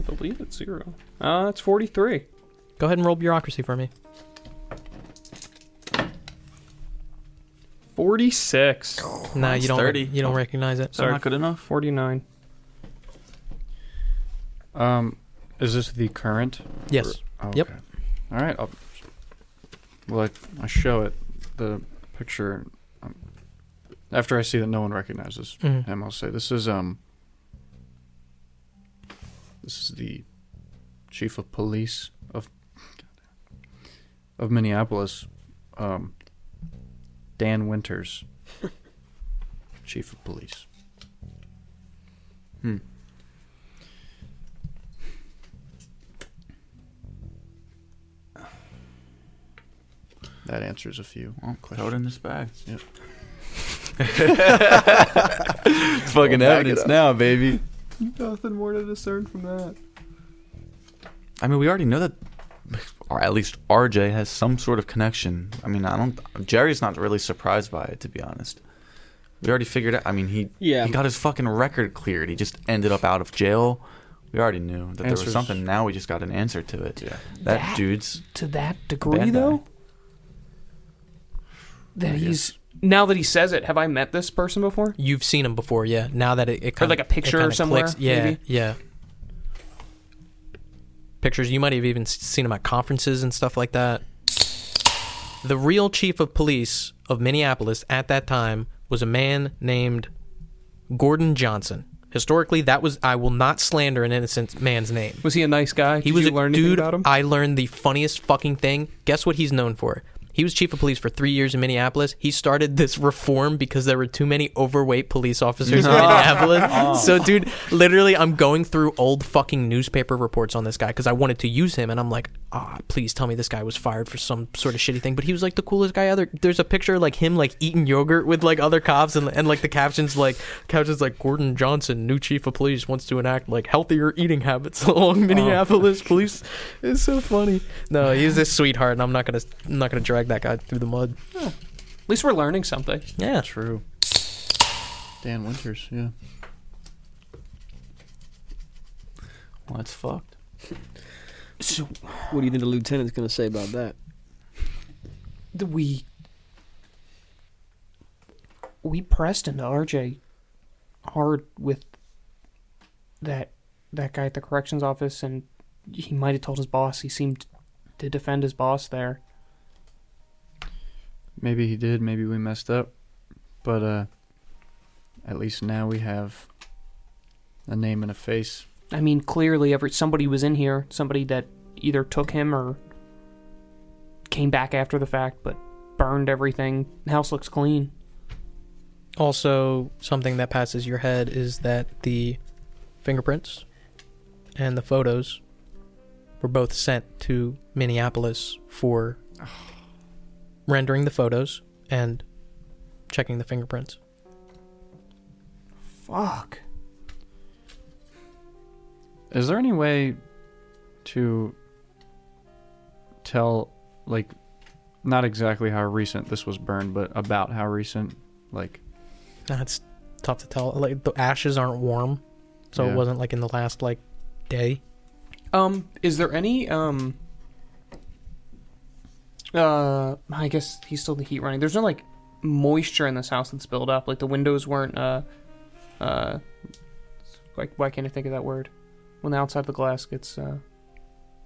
D: I believe it's zero. Uh, it's 43.
G: Go ahead and roll bureaucracy for me.
D: 46.
G: nah,
F: mine's
G: you don't. re-
F: 30.
G: You don't recognize it.
F: Is that not good enough?
D: 49.
C: Um, is this the current?
G: Yes.
C: Oh,
G: Yep.
C: okay. All right. I'll, well, I, I show it the picture um, after I see that no one recognizes
G: Mhm.
C: him. I'll say this is um. This is the chief of police of of Minneapolis, um, Dan Winters, chief of police. That answers a few.
F: Well, throw it in this bag.
C: Yep.
F: it's fucking evidence now, baby.
C: Nothing more to discern from that.
F: I mean, we already know that, or at least RJ has some sort of connection. I mean, I don't. Jerry's not really surprised by it, to be honest. We already figured out. I mean, he
E: Yeah.
F: he got his fucking record cleared. He just ended up out of jail. We already knew that there
C: Answers.
F: was something. Now we just got an answer to it. Yeah. That, dude's
D: To that degree,
F: Bandai.
D: though? That he's. Now that he says it, have I met this person before?
G: You've seen him before, yeah. Now that it, it kind
D: like a picture
G: it kinda
D: somewhere,
G: clicks. yeah,
D: maybe?
G: yeah. Pictures. You might have even s- seen him at conferences and stuff like that. The real chief of police of Minneapolis at that time was a man named Gordon Johnson. Historically, that was I will not slander an innocent man's name.
D: Was he a nice guy?
G: He
D: Did
G: was
D: you
G: a
D: learn anything
G: dude.
D: about him?
G: I learned the funniest fucking thing. Guess what he's known for? He was chief of police for three years in Minneapolis. He started this reform because there were too many overweight police officers in Minneapolis. So, dude, literally, I'm going through old fucking newspaper reports on this guy because I wanted to use him, and I'm like, ah, please tell me this guy was fired for some sort of shitty thing. But he was like the coolest guy. Other there's a picture like him like eating yogurt with like other cops, and, and like the captions like captions like Gordon Johnson, new chief of police, wants to enact like healthier eating habits along Minneapolis police. Oh. It's so funny. No, he's this sweetheart, and I'm not gonna I'm not gonna drag that guy through the mud.
D: At least we're learning something.
G: Yeah,
C: True. Dan Winters, yeah.
F: well, that's fucked.
E: What do you think the lieutenant's going to say about that?
D: Th- We. we pressed into RJ hard with that that guy at the corrections office, and he might have told his boss. He seemed to defend his boss there.
C: Maybe he did. Maybe we messed up. But uh, at least now we have a name and a face.
D: I mean, clearly, every somebody was in here. Somebody that either took him or came back after the fact, but burned everything. The house looks clean.
G: Also, something that passes your head is that the fingerprints and the photos were both sent to Minneapolis for rendering the photos and checking the fingerprints.
D: Fuck.
C: Is there any way to tell, like, not exactly how recent this was burned, but about how recent? Like,
G: That's tough to tell. Like the ashes aren't warm, so
C: Yeah.
G: it wasn't like in the last like day.
D: Um, is there any um uh I guess he's still the heat running. There's no like moisture in this house that's built up. Like the windows weren't uh uh like why can't I think of that word? When the outside of the glass gets uh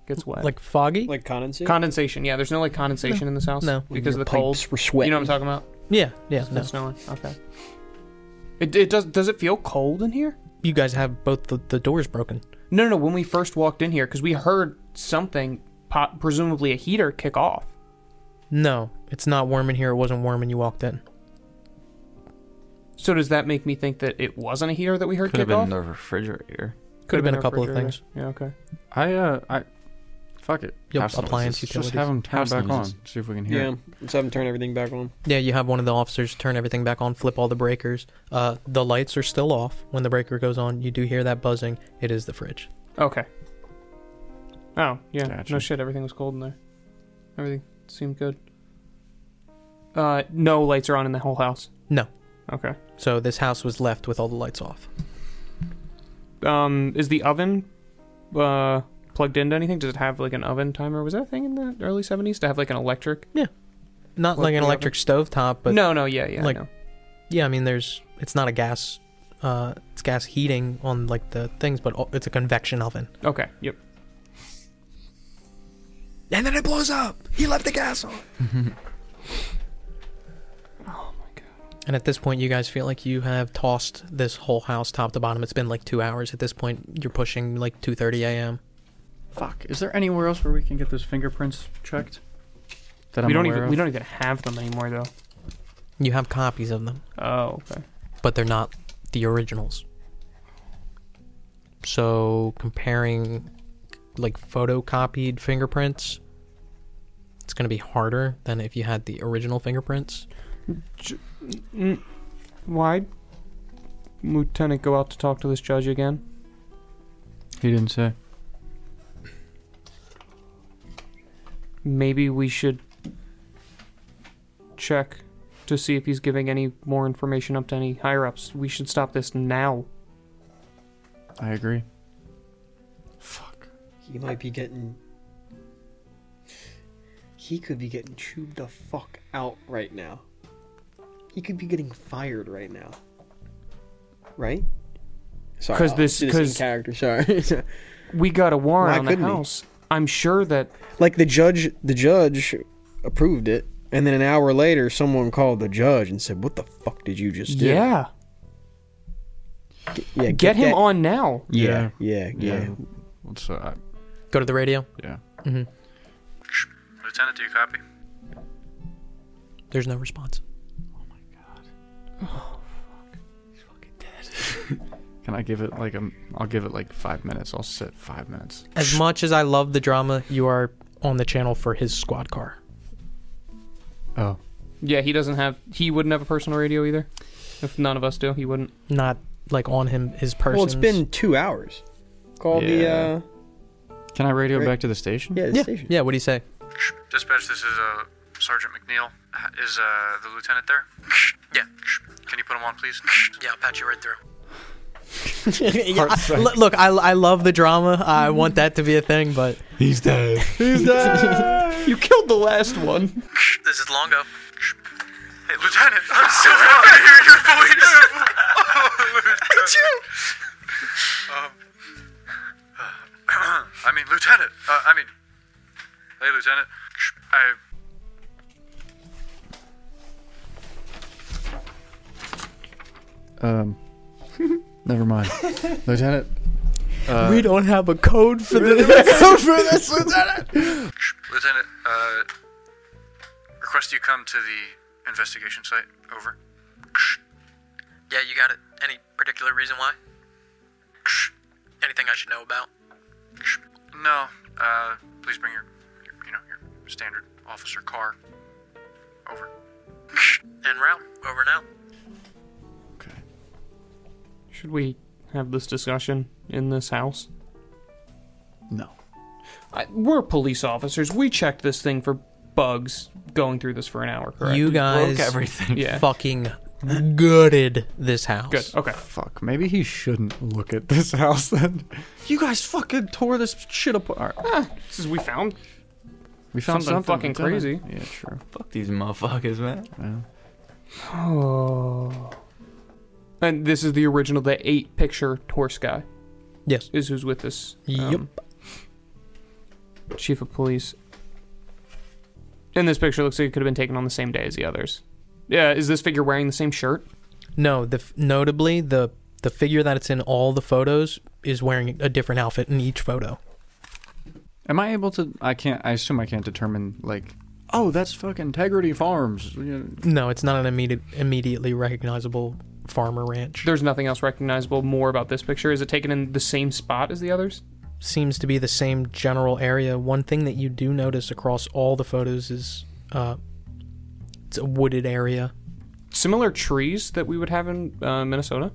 D: gets wet.
G: Like foggy.
E: Like condensate?
D: condensation. Yeah, there's no like condensation in this house.
G: No.
D: Because of the
E: Your
D: cold.
E: pipes were
D: You
E: sweating.
D: know what I'm talking about?
G: yeah, yeah.
D: It's
G: No,
D: been snowing. Okay. It, it does does it feel cold in here?
G: you guys have both the, the doors broken.
D: No, no, no. When we first walked in here, because we heard something, po presumably a heater, kick off.
G: No, it's not warm in here. It wasn't warm when you walked in.
D: So does that make me think that it wasn't a heater that we heard
F: Could have
D: kick
F: been
D: off?
F: the refrigerator.
G: Could have been a couple of
D: refrigerator.
G: things.
D: Yeah. Okay.
C: I, uh, I, fuck it.
G: Your
F: House noises.
G: appliance
C: Just
G: utilities.
C: have them turn
F: House
C: back
F: noises.
C: on. See if we can hear.
E: Yeah.
C: it.
E: Let's have him turn everything back on.
G: Yeah, you have one of the officers turn everything back on, flip all the breakers. Uh, the lights are still off. When the breaker goes on, you do hear that buzzing. It is the fridge.
D: Okay. Oh yeah. No
C: Gotcha.
D: shit. Everything was cold in there. Everything seemed good. Uh, no lights are on in the whole house.
G: No.
D: Okay.
G: So this house was left with all the lights off.
D: Um, is the oven, uh, plugged into anything? Does it have like an oven timer? Was that a thing in the early '70s to have like an electric?
G: Not
D: Well,
G: like an
D: the
G: electric stove top, but
D: no, no. Yeah, yeah.
G: like-
D: I know.
G: yeah, I mean, there's it's not a gas, uh, it's gas heating on like the things, but all- it's a convection oven.
D: Okay. Yep.
G: And then it blows up. He left the gas on. oh my god. And at this point, you guys feel like you have tossed this whole house top to bottom. It's been like two hours. At this point, you're pushing like 2:30 a.m.
C: Fuck. Is there anywhere else where we can get those fingerprints checked? That
D: we
C: I'm
D: don't
C: aware
D: even
C: of?
D: we don't even have them anymore though.
G: You have copies of them,
D: Oh, okay.
G: but they're not the originals. So comparing like photocopied fingerprints, it's going to be harder than if you had the original fingerprints.
D: Why Lieutenant go out to talk to this judge again?
C: He didn't say.
D: Maybe we should check to see if he's giving any more information up to any higher ups. We should stop this now.
C: I agree.
E: He might be getting. He could be getting chewed the fuck out right now. He could be getting fired right now. Right? Sorry.
D: 'Cause
E: I'll
D: this-
E: do in
D: 'cause-
E: character. Sorry.
D: We got a warrant
E: Why
D: on the
E: couldn't he?
D: house. I'm sure that
E: like the judge, the judge approved it, and then an hour later, someone called the judge and said, "What the fuck did you just do?"
D: yeah,
E: yeah.
D: get, him
E: that-
D: on now.
E: Yeah, yeah, yeah.
C: Yeah. Let's, uh,
G: Go to the radio.
C: yeah.
A: Lieutenant, do you copy?
G: There's no response.
C: Can I give it like a? I'll give it like five minutes. I'll sit five minutes.
G: As much as I love the drama, you are on the channel for his squad car.
C: Oh,
D: Yeah, he doesn't have. He wouldn't have a personal radio either. If none of us do, he wouldn't.
G: Not like on him, his person.
E: Well, it's been two hours. Call the
C: Yeah.
E: uh,
C: can I radio
E: Right.
C: back to the station?
E: yeah, the
G: yeah.
E: station.
G: Yeah. What do you say?
A: Dispatch, this is uh, Sergeant McNeil. H- Is uh, the lieutenant there?
I: Yeah.
A: Can you put him on, please?
I: Yeah, I'll patch you right through.
G: Yeah, I- lo- look, I, I love the drama. I want that to be a thing, but
F: He's dead.
D: you killed the last one.
I: This is Longo. Hey,
A: Lieutenant, I'm so happy to hear your voice. Oh, Me too. Um, I mean, Lieutenant. Uh, I mean, hey, Lieutenant. I.
C: Um, never mind, Lieutenant.
G: we don't have a code for this.
A: Lieutenant, uh, request you come to the investigation site. Over.
I: Yeah, you got it. Any particular reason why? Anything I should know about?
A: No. Uh, please bring your, your, you know, your standard officer car. Over.
I: En route. Over and out.
D: Should we have this discussion in this house?
C: No.
D: I, we're police officers. We checked this thing for bugs going through this for an hour, correct?
G: You guys
F: everything.
D: yeah.
G: fucking gutted this house.
D: Good. Okay.
C: Fuck. Maybe he shouldn't look at this house then.
H: You guys fucking tore this shit apart.
D: This is we found.
C: We found
D: Something
C: something,
D: fucking
C: Lieutenant. Yeah, sure.
F: Fuck these motherfuckers, man.
D: Oh. And this is the original, the eight picture horse guy
G: Yes.
D: is who's with this. um,
G: Yep.
D: Chief of police. And this picture looks like it could have been taken on the same day as the others. Yeah, is this figure wearing the same shirt?
G: No, the f- notably the the figure that it's in all the photos is wearing a different outfit in each photo.
C: Am I able to? I can't. I assume I can't determine like. Oh, that's fucking Integrity Farms. You
G: No, it's not an immediate immediately recognizable farmer ranch.
D: There's nothing else recognizable more about this picture. Is it taken in the same spot as the others?
G: Seems to be the same general area. One thing that you do notice across all the photos is uh it's a wooded area.
D: Similar trees that we would have in uh, Minnesota.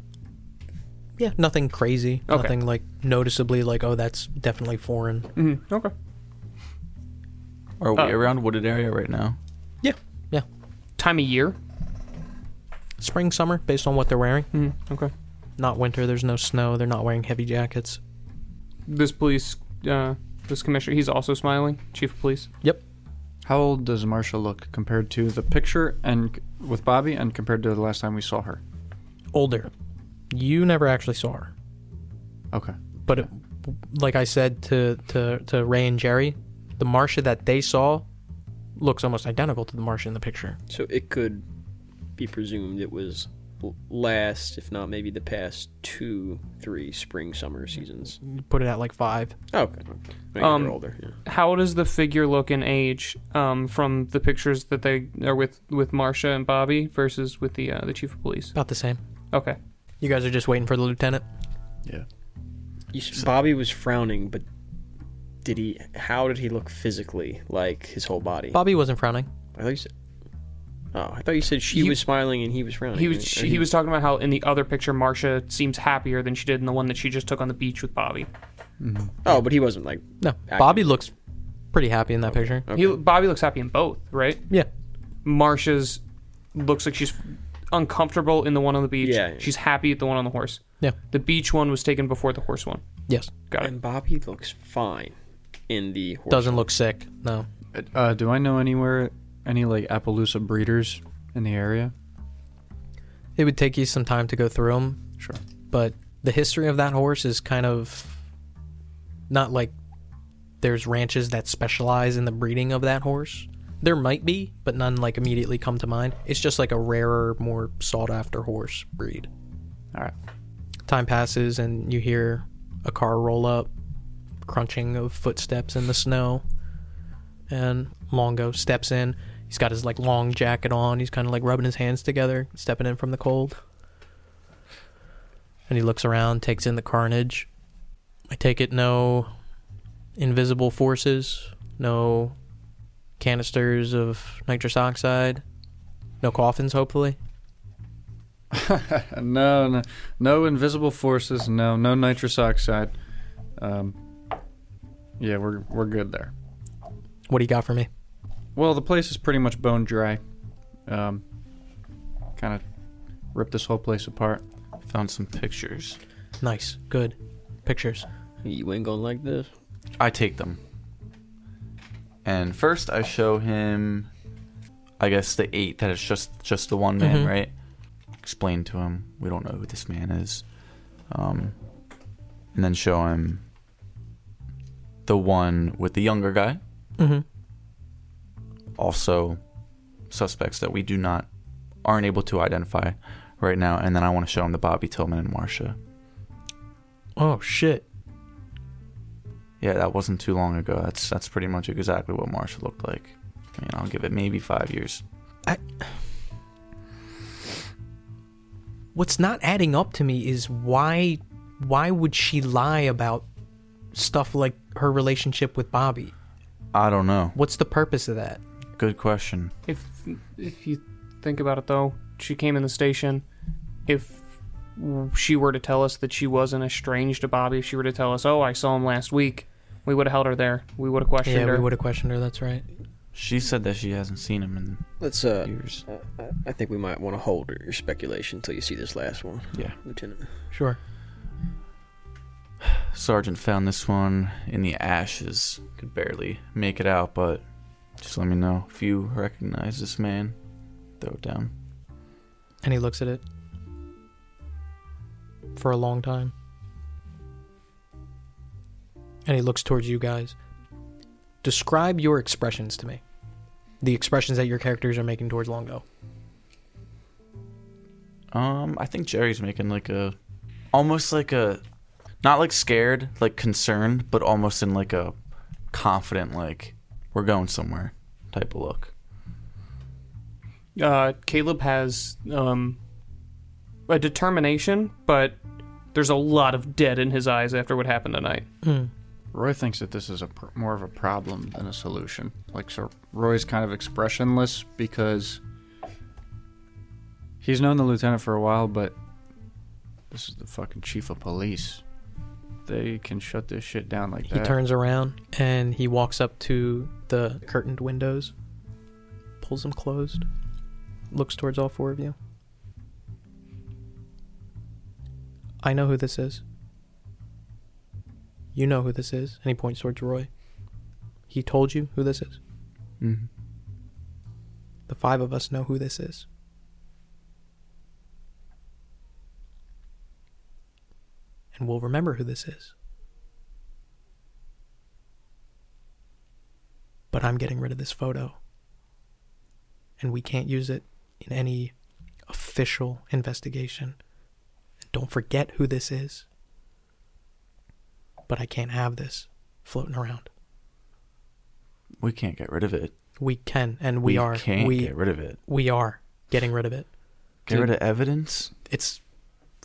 G: Yeah, nothing crazy.
D: Okay.
G: Nothing like noticeably like oh that's definitely foreign.
D: Mm-hmm. Okay.
F: Are we
D: Uh,
F: around wooded area right now?
G: Yeah. Yeah.
D: Time of year.
G: Spring summer based on what they're wearing.
D: Mm-hmm. Okay.
G: Not winter, there's no snow, they're not wearing heavy jackets.
D: This police, uh, this commissioner, he's also smiling. Chief of police.
G: Yep.
C: How old does Marsha look compared to the picture and c- with Bobby and compared to the last time we saw her?
G: Older. You never actually saw her.
C: Okay.
G: but it, like I said to, to to Ray and Jerry, the Marcia that they saw looks almost identical to the Marcia in the picture.
E: So it could be presumed it was l- last, if not maybe the past two, three spring summer seasons.
G: You put it at like five.
E: Oh, okay. Maybe
D: Um,
E: they're older. Yeah.
D: How does the figure look in age um, from the pictures that they are with with Marcia and Bobby versus with the uh, the chief of police?
G: About the same.
D: Okay.
G: You guys are just waiting for the lieutenant.
E: You s- Bobby was frowning, but did he? How did he look physically? Like his whole body?
G: Bobby wasn't frowning.
E: I thought you said. Oh, I thought you said she
D: You-
E: was smiling and he was frowning.
D: He
E: Or
D: was she, he was talking about how in the other picture Marcia seems happier than she did in the one that she just took on the beach with Bobby.
E: Oh, but he wasn't like.
G: No, Bobby looks pretty happy in that picture.
D: He, Bobby looks happy in both, right?
G: Yeah,
D: Marsha's looks like she's uncomfortable in the one on the beach.
E: Yeah.
D: She's happy at the one on the horse.
G: yeah,
D: The beach one was taken before the horse one.
G: yes.
D: Got it.
E: And Bobby looks fine in the. Horse
G: Doesn't look sick. No,
C: Uh, do I know anywhere any like Appaloosa breeders in the area?
G: it would take you some time to go through them,
C: Sure.
G: but the history of that horse is kind of not like there's ranches that specialize in the breeding of that horse. There might be, but none like immediately come to mind. It's just like a rarer, more sought after horse breed.
C: All right.
G: Time passes and you hear a car roll up, crunching of footsteps in the snow. And Longo steps in. He's got his like long jacket on. He's kind of like rubbing his hands together, stepping in from the cold. And he looks around, takes in the carnage. I take it no invisible forces, no canisters of nitrous oxide, no coffins, hopefully.
C: Uh, no, no, no invisible forces. No, no nitrous oxide. Um, yeah, we're we're good there.
G: What do you got for me?
C: Well, the place is pretty much bone dry. Um, kind of ripped this whole place apart.
F: Found some pictures.
G: Nice, good pictures.
E: You ain't going like this.
F: I take them. And first, I show him I guess the eight that is just just the one man, right? Explain to him we don't know who this man is, um, and then show him the one with the younger guy.
G: Mhm.
F: Also, suspects that we do not aren't able to identify right now, and then I want to show him the Bobby Tillman and Marsha.
G: Oh shit.
F: Yeah, that wasn't too long ago. That's that's pretty much exactly what Marsha looked like. I mean, I'll give it maybe five years.
G: What's not adding up to me is why why would she lie about stuff like her relationship with Bobby?
F: I don't know.
G: What's the purpose of that?
F: Good question.
D: If if you think about it though, she came in the station. If she were to tell us that she wasn't estranged to Bobby, if she were to tell us, "Oh, I saw him last week," we would have held her there. We would have questioned
G: Yeah,
D: her.
G: we would have questioned her, that's right.
F: She said that she hasn't seen him
E: Let's
F: in
E: uh
F: years.
E: I- I think we might want to hold your speculation until you see this last one.
F: Yeah.
E: Lieutenant.
G: Sure.
F: Sergeant found this one in the ashes. Could barely make it out, but just let me know if you recognize this man. Throw it down.
G: And he looks at it for a long time. And he looks towards you guys. Describe your expressions to me. The expressions that your characters are making towards Longo.
F: Um, I think Jerry's making like a, almost like a, not like scared, like concerned, but almost in like a confident, like we're going somewhere type of look.
D: uh, Caleb has um, a determination, but there's a lot of dead in his eyes after what happened tonight.
H: Roy thinks that this is a pr- more of a problem than a solution. Like, so Roy's kind of expressionless because he's known the lieutenant for a while, but this is the fucking chief of police. They can shut this shit down like
G: He
H: that.
G: turns around and he walks up to the curtained windows, pulls them closed, looks towards all four of you. I know who this is. You know who this is. And he points towards Roy. He told you who this is.
F: Mm-hmm.
G: The five of us know who this is. And we'll remember who this is. But I'm getting rid of this photo. And we can't use it in any official investigation. Don't forget who this is. But I can't have this floating around.
F: We can't get rid of it.
G: We can and we, are
F: Can't
G: we
F: get rid of it.
G: we are getting rid of it.
F: Get rid of evidence.
G: It's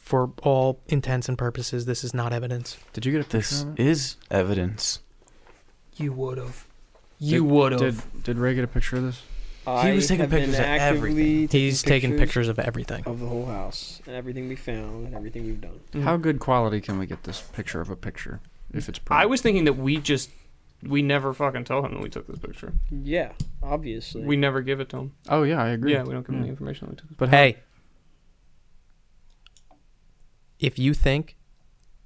G: for all intents and purposes, this is not evidence.
H: Did you get a picture
F: This
H: of it?
F: is evidence.
D: You would have. You would
H: Did,
D: have.
H: did Ray get a picture of this?
E: I
F: was taking
E: have been
F: pictures of
E: actively
F: everything.
G: He's taking pictures of everything.
E: of the whole house and everything we found and everything we've done.
H: How good quality can we get this picture of a picture if it's
D: I
H: private?
D: was thinking that we just we never fucking tell him that we took this picture.
E: Yeah, obviously.
D: We never give it to him.
H: Oh yeah, I agree.
D: Yeah, we don't give him the information that we took.
G: But hey, if you think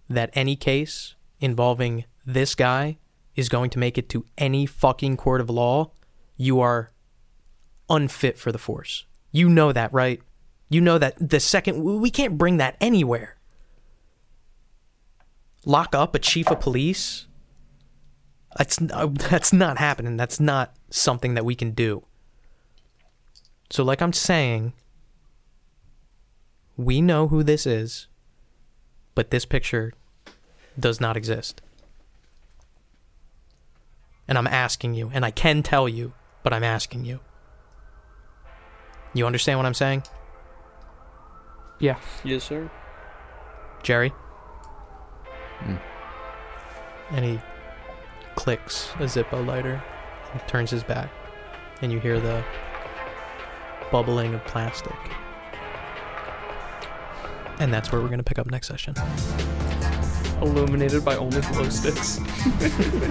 G: that any case involving this guy is going to make it to any fucking court of law, you are unfit for the force. You know that, right? You know that the second we can't bring that anywhere. Lock up a chief of police? That's that's not happening. That's not something that we can do. So, like I'm saying, we know who this is, but this picture does not exist. And I'm asking you, and I can tell you, but I'm asking you. You understand what I'm saying?
D: Yeah.
E: yes, sir.
G: Jerry. And he clicks a Zippo lighter and turns his back, and you hear the bubbling of plastic. And that's where we're going to pick up next session.
D: Illuminated by only glow sticks.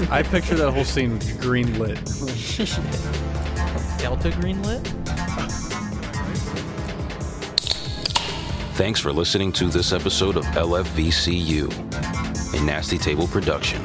H: I picture that whole scene green lit.
G: Delta Greenlit?
B: Thanks for listening to this episode of LFVCU, a Nasty Table production.